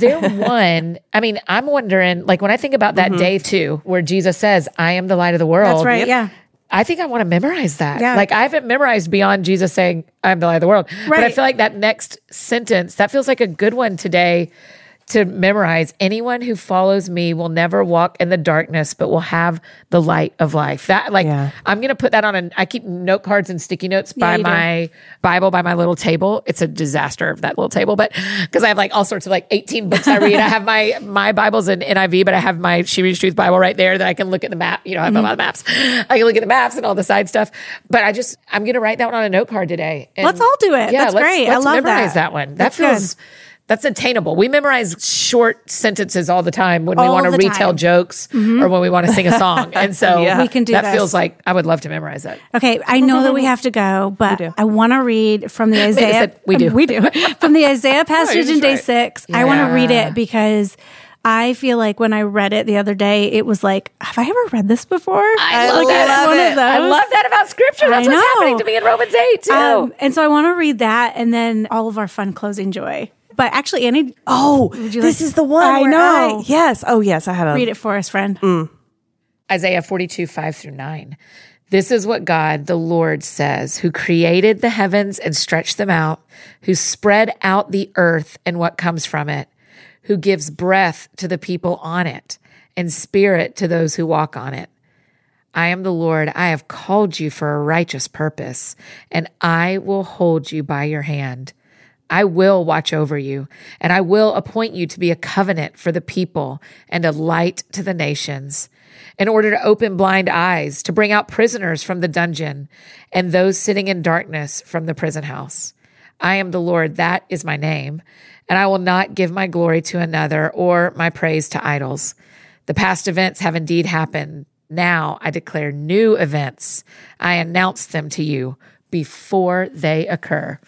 Speaker 3: there one? I mean, I'm wondering, like when I think about that day too, where Jesus says, I am the light of the world.
Speaker 1: Mm-hmm. That's right. Yeah.
Speaker 3: I think I want to memorize that.
Speaker 1: Yeah.
Speaker 3: Like I haven't memorized beyond Jesus saying, I'm the light of the world. But I
Speaker 1: Right.
Speaker 3: feel like that next sentence, that feels like a good one today to memorize anyone who follows me will never walk in the darkness but will have the light of life that like
Speaker 2: Yeah.
Speaker 3: i'm gonna put that on an i keep note cards and sticky notes by
Speaker 1: you do.
Speaker 3: my bible by my little table it's a disaster of that little table but because i have like all sorts of like 18 books i read i have my my bibles in niv but i have my she reads truth bible right there that i can look at the map you know i have a lot of maps i can look at the maps and all the side stuff but i just i'm gonna write that one on a note card today and-
Speaker 1: Let's all do it. That's
Speaker 3: let's-
Speaker 1: great. I
Speaker 3: Let's
Speaker 1: love
Speaker 3: memorize
Speaker 1: that.
Speaker 3: that one. That
Speaker 1: That's good.
Speaker 3: feels that's attainable. We memorize short sentences all the time when we
Speaker 1: All
Speaker 3: want to
Speaker 1: the
Speaker 3: retell
Speaker 1: time.
Speaker 3: jokes or when we want to sing a song. And so
Speaker 1: Yeah. We can do
Speaker 3: that.
Speaker 1: this.
Speaker 3: Feels like I would love to memorize that.
Speaker 1: Okay, I know that we have to go, but I want to read from the Isaiah.
Speaker 3: said, "We do." Oh,
Speaker 1: we do from the Isaiah passage in
Speaker 2: just
Speaker 1: day
Speaker 2: right.
Speaker 1: six. I want to read
Speaker 3: Yeah.
Speaker 1: it because I feel like when I read it the other day, it was like, have I ever read this before?
Speaker 3: I love
Speaker 1: Like,
Speaker 3: that.
Speaker 1: it's one of
Speaker 3: I
Speaker 1: those.
Speaker 3: love that about scripture. That's
Speaker 1: I
Speaker 3: what's happening
Speaker 1: know.
Speaker 3: to me in Romans eight too.
Speaker 1: Um, and so I want to read that, and then all of our fun closing joy. But actually, Annie,
Speaker 2: Oh,
Speaker 1: you like-
Speaker 2: this is the one.
Speaker 1: I
Speaker 2: where
Speaker 1: know.
Speaker 2: yes. Oh, yes. I had a.
Speaker 1: read it for us, friend.
Speaker 3: Mm. Isaiah 42, 5 through 9. This is what God, the Lord, says, who created the heavens and stretched them out, who spread out the earth and what comes from it, who gives breath to the people on it and spirit to those who walk on it. I am the Lord. I have called you for a righteous purpose, and I will hold you by your hand. I will watch over you, and I will appoint you to be a covenant for the people and a light to the nations, in order to open blind eyes, to bring out prisoners from the dungeon, and those sitting in darkness from the prison house. I am the Lord, that is my name, and I will not give my glory to another or my praise to idols. The past events have indeed happened. Now I declare new events. I announce them to you before they occur.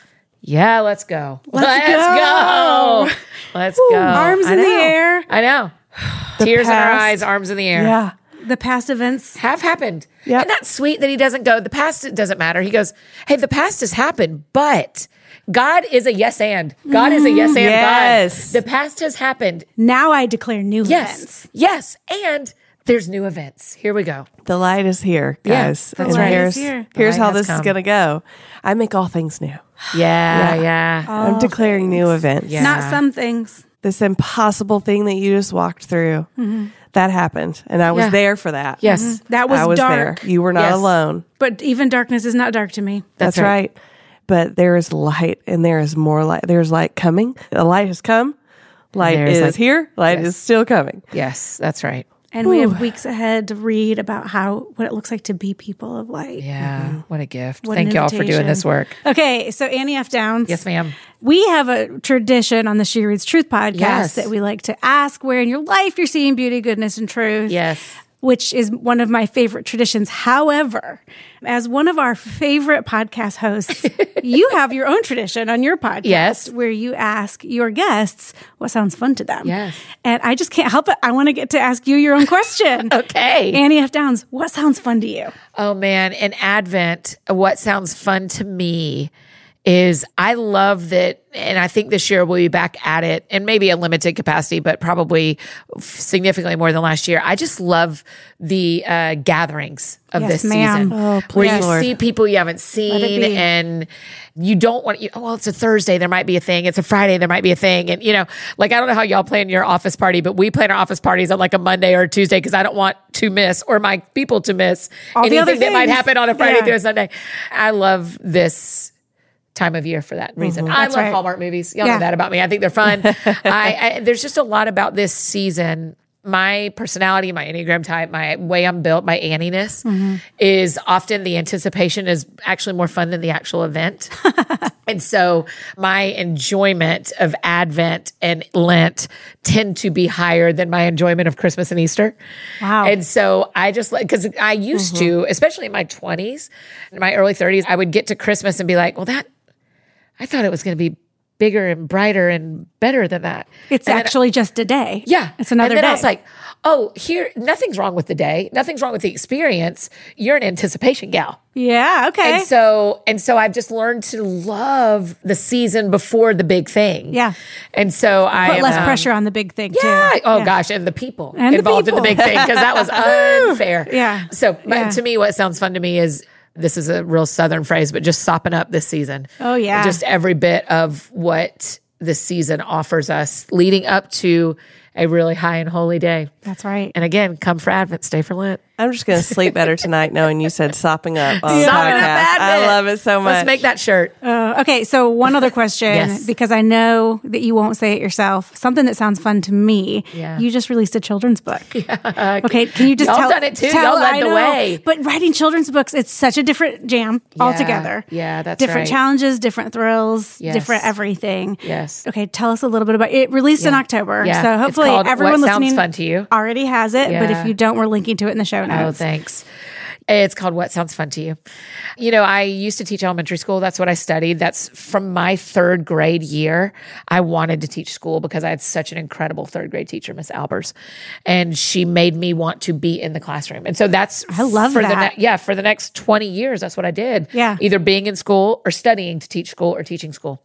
Speaker 3: Yeah, let's go. Let's, go. Let's go.
Speaker 1: Arms
Speaker 3: Oh, I
Speaker 1: in the
Speaker 3: know.
Speaker 1: air.
Speaker 3: I know. Tears in our
Speaker 2: past-
Speaker 3: eyes, arms in the air.
Speaker 2: Yeah.
Speaker 1: The past events.
Speaker 3: Have happened.
Speaker 2: Yep.
Speaker 3: And that's sweet that he doesn't go, the past it doesn't matter. He goes, hey, the past has happened, but God is a yes and. God is a yes and
Speaker 2: Yes.
Speaker 3: God. The past has happened.
Speaker 1: Now I declare new
Speaker 3: Yes.
Speaker 1: events.
Speaker 3: Yes. And there's new events. Here we go.
Speaker 2: The light is here,
Speaker 3: Yeah,
Speaker 2: guys.
Speaker 3: the
Speaker 2: and
Speaker 1: light is
Speaker 2: here's,
Speaker 1: here. The
Speaker 2: here's
Speaker 3: light
Speaker 2: how
Speaker 3: has
Speaker 2: this is
Speaker 3: come.
Speaker 2: going to go. I make all things new.
Speaker 3: Yeah, yeah.
Speaker 2: I'm declaring new events.
Speaker 3: Yeah.
Speaker 1: Not some things.
Speaker 2: This impossible thing that you just walked through, that happened. And I was
Speaker 3: Mm-hmm. Yeah.
Speaker 2: there for that.
Speaker 3: Yes.
Speaker 1: That was,
Speaker 2: I was
Speaker 1: dark.
Speaker 2: there. You were not
Speaker 3: Yes.
Speaker 2: alone.
Speaker 1: But even darkness is not dark to me.
Speaker 2: That's,
Speaker 3: right.
Speaker 2: right. But there is light and there is more light. There's light coming. The light has come. Light
Speaker 3: there is
Speaker 2: is
Speaker 3: light.
Speaker 2: here. Light
Speaker 3: Yes.
Speaker 2: is still coming.
Speaker 3: Yes, that's right.
Speaker 1: And we have weeks ahead to read about how what it looks like to be people of light.
Speaker 3: Yeah. What a gift.
Speaker 1: What an
Speaker 3: Thank y'all for doing
Speaker 1: invitation.
Speaker 3: this work.
Speaker 1: Okay, so Annie F. Downs.
Speaker 3: Yes, ma'am.
Speaker 1: We have a tradition on the She Reads Truth podcast
Speaker 3: Yes.
Speaker 1: that we like to ask where in your life you're seeing beauty, goodness, and truth.
Speaker 3: Yes.
Speaker 1: Which is one of my favorite traditions. However, as one of our favorite podcast hosts, you have your own tradition on your podcast
Speaker 3: Yes.
Speaker 1: where you ask your guests what sounds fun to them.
Speaker 3: Yes.
Speaker 1: And I just can't help it. I want to get to ask you your own question.
Speaker 3: Okay.
Speaker 1: Annie F. Downs, what sounds fun to you?
Speaker 3: Oh man, in Advent, what sounds fun to me is I love that, and I think this year we'll be back at it, and maybe a limited capacity, but probably significantly more than last year. I just love the uh, gatherings of
Speaker 1: Yes,
Speaker 3: this
Speaker 1: ma'am.
Speaker 3: season,
Speaker 1: Oh,
Speaker 3: where
Speaker 2: please,
Speaker 3: you
Speaker 2: Lord.
Speaker 3: see people you haven't seen,
Speaker 1: be.
Speaker 3: and you don't want you. Oh, well, it's a Thursday, there might be a thing. It's a Friday, there might be a thing, and you know, like I don't know how y'all plan your office party, but we plan our office parties on like a Monday or a Tuesday because I don't want to miss or my people to miss
Speaker 1: all the
Speaker 3: anything
Speaker 1: other
Speaker 3: that might
Speaker 1: things.
Speaker 3: happen on a Friday
Speaker 1: Yeah.
Speaker 3: through a Sunday. I love this time of year for that reason. I love
Speaker 1: Mm-hmm. right.
Speaker 3: Hallmark movies. Y'all
Speaker 1: Yeah.
Speaker 3: know that about me. I think they're fun. I, I there's just a lot about this season. My personality, my Enneagram type, my way I'm built, my Anniness
Speaker 1: Mm-hmm.
Speaker 3: is often the anticipation is actually more fun than the actual event. And so my enjoyment of Advent and Lent tend to be higher than my enjoyment of Christmas and Easter.
Speaker 1: Wow. Mm-hmm.
Speaker 3: And so I just like, cause I used to, especially in my 20s, in my early 30s, I would get to Christmas and be like, well, that, I thought it was going to be bigger and brighter and better than that.
Speaker 1: It's
Speaker 3: And then-
Speaker 1: actually just a day.
Speaker 3: yeah.
Speaker 1: It's another
Speaker 3: And then
Speaker 1: day.
Speaker 3: I was like, oh, here, nothing's wrong with the day. Nothing's wrong with the experience. You're an anticipation gal.
Speaker 1: yeah, okay.
Speaker 3: And so and so I've just learned to love the season before the big thing.
Speaker 1: Yeah.
Speaker 3: And so I
Speaker 1: Put
Speaker 3: am,
Speaker 1: less
Speaker 3: um,
Speaker 1: pressure on the big thing,
Speaker 3: Yeah.
Speaker 1: too.
Speaker 3: Oh gosh, and the people
Speaker 1: And the
Speaker 3: involved in the big
Speaker 1: people.
Speaker 3: thing because that was unfair.
Speaker 1: Yeah.
Speaker 3: So, but
Speaker 1: Yeah.
Speaker 3: to me, what sounds fun to me is this is a real Southern phrase, but just sopping up this season.
Speaker 1: Oh, yeah.
Speaker 3: Just every bit of what this season offers us leading up to a really high and holy day.
Speaker 1: That's right.
Speaker 3: And again, come for Advent, stay for Lent.
Speaker 2: I'm just going to sleep better tonight knowing you said sopping up on the
Speaker 3: Sopping up
Speaker 2: podcast. I
Speaker 3: Advent.
Speaker 2: love it so much.
Speaker 3: Let's make that shirt.
Speaker 1: Uh, okay, so one other question,
Speaker 3: Yes.
Speaker 1: because I know that you won't say it yourself. Something that sounds fun to me.
Speaker 3: Yeah.
Speaker 1: You just released a children's book. Okay, can you just
Speaker 3: Y'all
Speaker 1: tell?
Speaker 3: done it too.
Speaker 1: tell-
Speaker 3: Y'all led
Speaker 1: I
Speaker 3: the
Speaker 1: know,
Speaker 3: way.
Speaker 1: But writing children's books, it's such a different jam altogether.
Speaker 3: Yeah, that's
Speaker 1: different
Speaker 3: right.
Speaker 1: challenges, different thrills,
Speaker 3: Yes.
Speaker 1: different everything.
Speaker 3: Yes.
Speaker 1: Okay, tell us a little bit about it. Released in October,
Speaker 3: Yeah.
Speaker 1: so
Speaker 3: It's
Speaker 1: hopefully
Speaker 3: called What
Speaker 1: everyone
Speaker 3: Sounds
Speaker 1: listening
Speaker 3: Fun to You.
Speaker 1: already has it. But if
Speaker 3: Yeah.
Speaker 1: you don't, we're linking to it in the show
Speaker 3: Oh,
Speaker 1: notes.
Speaker 3: thanks. It's called What Sounds Fun to You. You know, I used to teach elementary school. That's what I studied. That's from my third grade year. I wanted to teach school because I had such an incredible third grade teacher, Miss Albers. And she made me want to be in the classroom. And so that's I
Speaker 1: love
Speaker 3: for The
Speaker 1: that.
Speaker 3: ne- yeah, for the next 20 years, that's what I did.
Speaker 1: Yeah.
Speaker 3: Either being in school or studying to teach school or teaching school.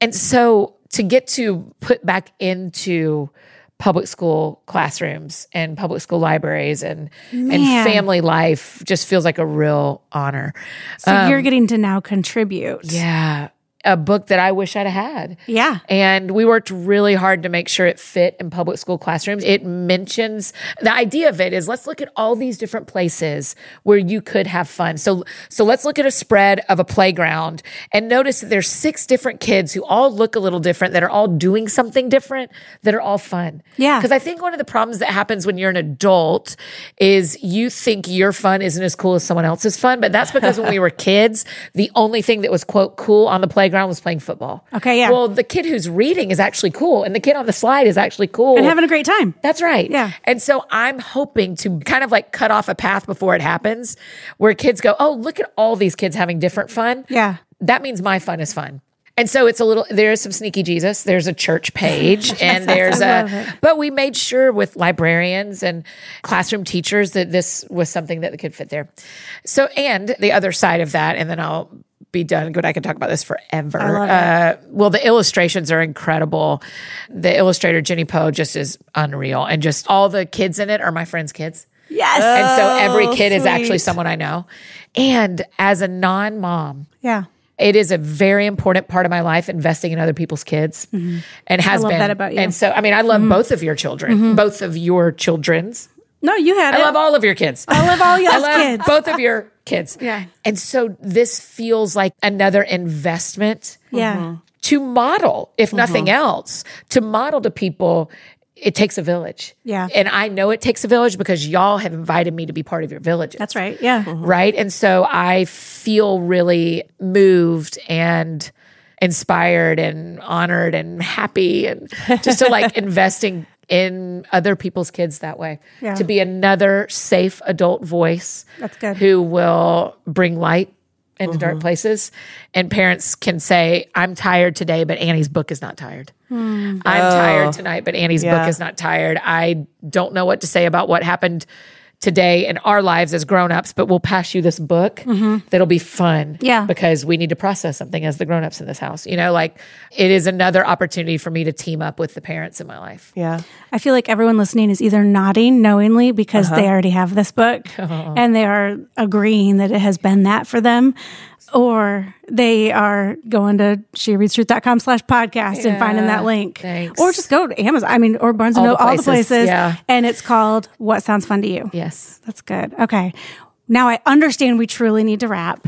Speaker 3: And so to get to put back into public school classrooms and public school libraries and
Speaker 1: Man.
Speaker 3: and family life just feels like a real honor.
Speaker 1: So you're getting to now contribute.
Speaker 3: um, Yeah. A book that I wish I'd had.
Speaker 1: Yeah.
Speaker 3: And we worked really hard to make sure it fit in public school classrooms. It mentions the idea of it is let's look at all these different places where you could have fun. So so let's look at a spread of a playground and notice that there's six different kids who all look a little different, that are all doing something different, that are all fun.
Speaker 1: Yeah.
Speaker 3: Because I think one of the problems that happens when you're an adult is you think your fun isn't as cool as someone else's fun, but that's because when we were kids, the only thing that was quote cool on the playground was playing football.
Speaker 1: Okay, yeah.
Speaker 3: Well, the kid who's reading is actually cool, and the kid on the slide is actually cool.
Speaker 1: And having a great time.
Speaker 3: That's right.
Speaker 1: Yeah.
Speaker 3: And so I'm hoping to kind of like cut off a path before it happens where kids go, oh, look at all these kids having different fun.
Speaker 1: Yeah.
Speaker 3: That means my fun is fun. And so it's a little, there's some sneaky Jesus, there's a church page, and there's a, but we made sure with librarians and classroom teachers that this was something that could fit there. So, and the other side of that, and then I'll be done. Good. I can talk about this forever. Uh, well, the illustrations are incredible. The illustrator, Jenny Poe, just is unreal. And just all the kids in it are my friend's kids.
Speaker 1: Yes.
Speaker 3: And so every kid is
Speaker 2: sweet.
Speaker 3: actually someone I know. And as a non mom,
Speaker 1: yeah.
Speaker 3: it is a very important part of my life investing in other people's kids and has
Speaker 1: Mm-hmm. love
Speaker 3: been
Speaker 1: that about you. Mm-hmm.
Speaker 3: and so i mean i love both of your children both of your children's
Speaker 1: No, you had
Speaker 3: i
Speaker 1: it.
Speaker 3: love all of your kids
Speaker 1: I love all y'all's
Speaker 3: I love
Speaker 1: kids.
Speaker 3: both of your kids
Speaker 1: Yeah.
Speaker 3: and so this feels like another investment
Speaker 1: Yeah. Mm-hmm.
Speaker 3: to model, if nothing else, to model to people, it takes a village.
Speaker 1: Yeah.
Speaker 3: And I know it takes a village because y'all have invited me to be part of your villages.
Speaker 1: That's right. Yeah.
Speaker 3: Right. And so I feel really moved and inspired and honored and happy and just to like investing in other people's kids that way
Speaker 1: Yeah.
Speaker 3: to be another safe adult voice
Speaker 1: That's good. Mm-hmm.
Speaker 3: who will bring light into dark places. And parents can say, I'm tired today, but Annie's book is not tired. I'm tired tonight, but Annie's
Speaker 2: Yeah.
Speaker 3: book is not tired. I don't know what to say about what happened today in our lives as grown-ups, but we'll pass you this book that'll be fun.
Speaker 1: Yeah.
Speaker 3: Because we need to process something as the grown-ups in this house. You know, like it is another opportunity for me to team up with the parents in my life.
Speaker 2: yeah.
Speaker 1: I feel like everyone listening is either nodding knowingly because
Speaker 3: Uh-huh.
Speaker 1: they already have this book and they are agreeing that it has been that for them, or they are going to shereadstruth.com slash podcast and finding that link.
Speaker 3: thanks.
Speaker 1: Or just go to Amazon, I mean, or Barnes and
Speaker 3: All the
Speaker 1: Noble, all the
Speaker 3: places,
Speaker 1: places.
Speaker 3: yeah.
Speaker 1: And it's called What Sounds Fun to You.
Speaker 3: Yes.
Speaker 1: That's good. Okay. Now I understand we truly need to wrap.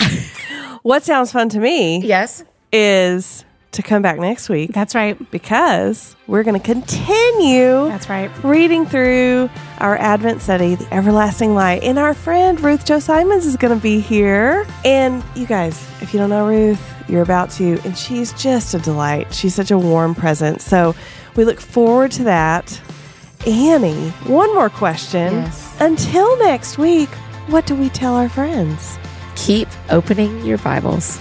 Speaker 2: What sounds fun to me
Speaker 3: Yes.
Speaker 2: is to come back next week
Speaker 1: That's right.
Speaker 2: because we're going to continue
Speaker 1: That's right.
Speaker 2: reading through our Advent study, The Everlasting Light. And our friend Ruth Jo Simons is going to be here. And you guys, if you don't know Ruth, you're about to. And she's just a delight. She's such a warm presence. So we look forward to that. Annie, one more question.
Speaker 3: Yes.
Speaker 2: Until next week, what do we tell our friends?
Speaker 3: Keep opening your Bibles.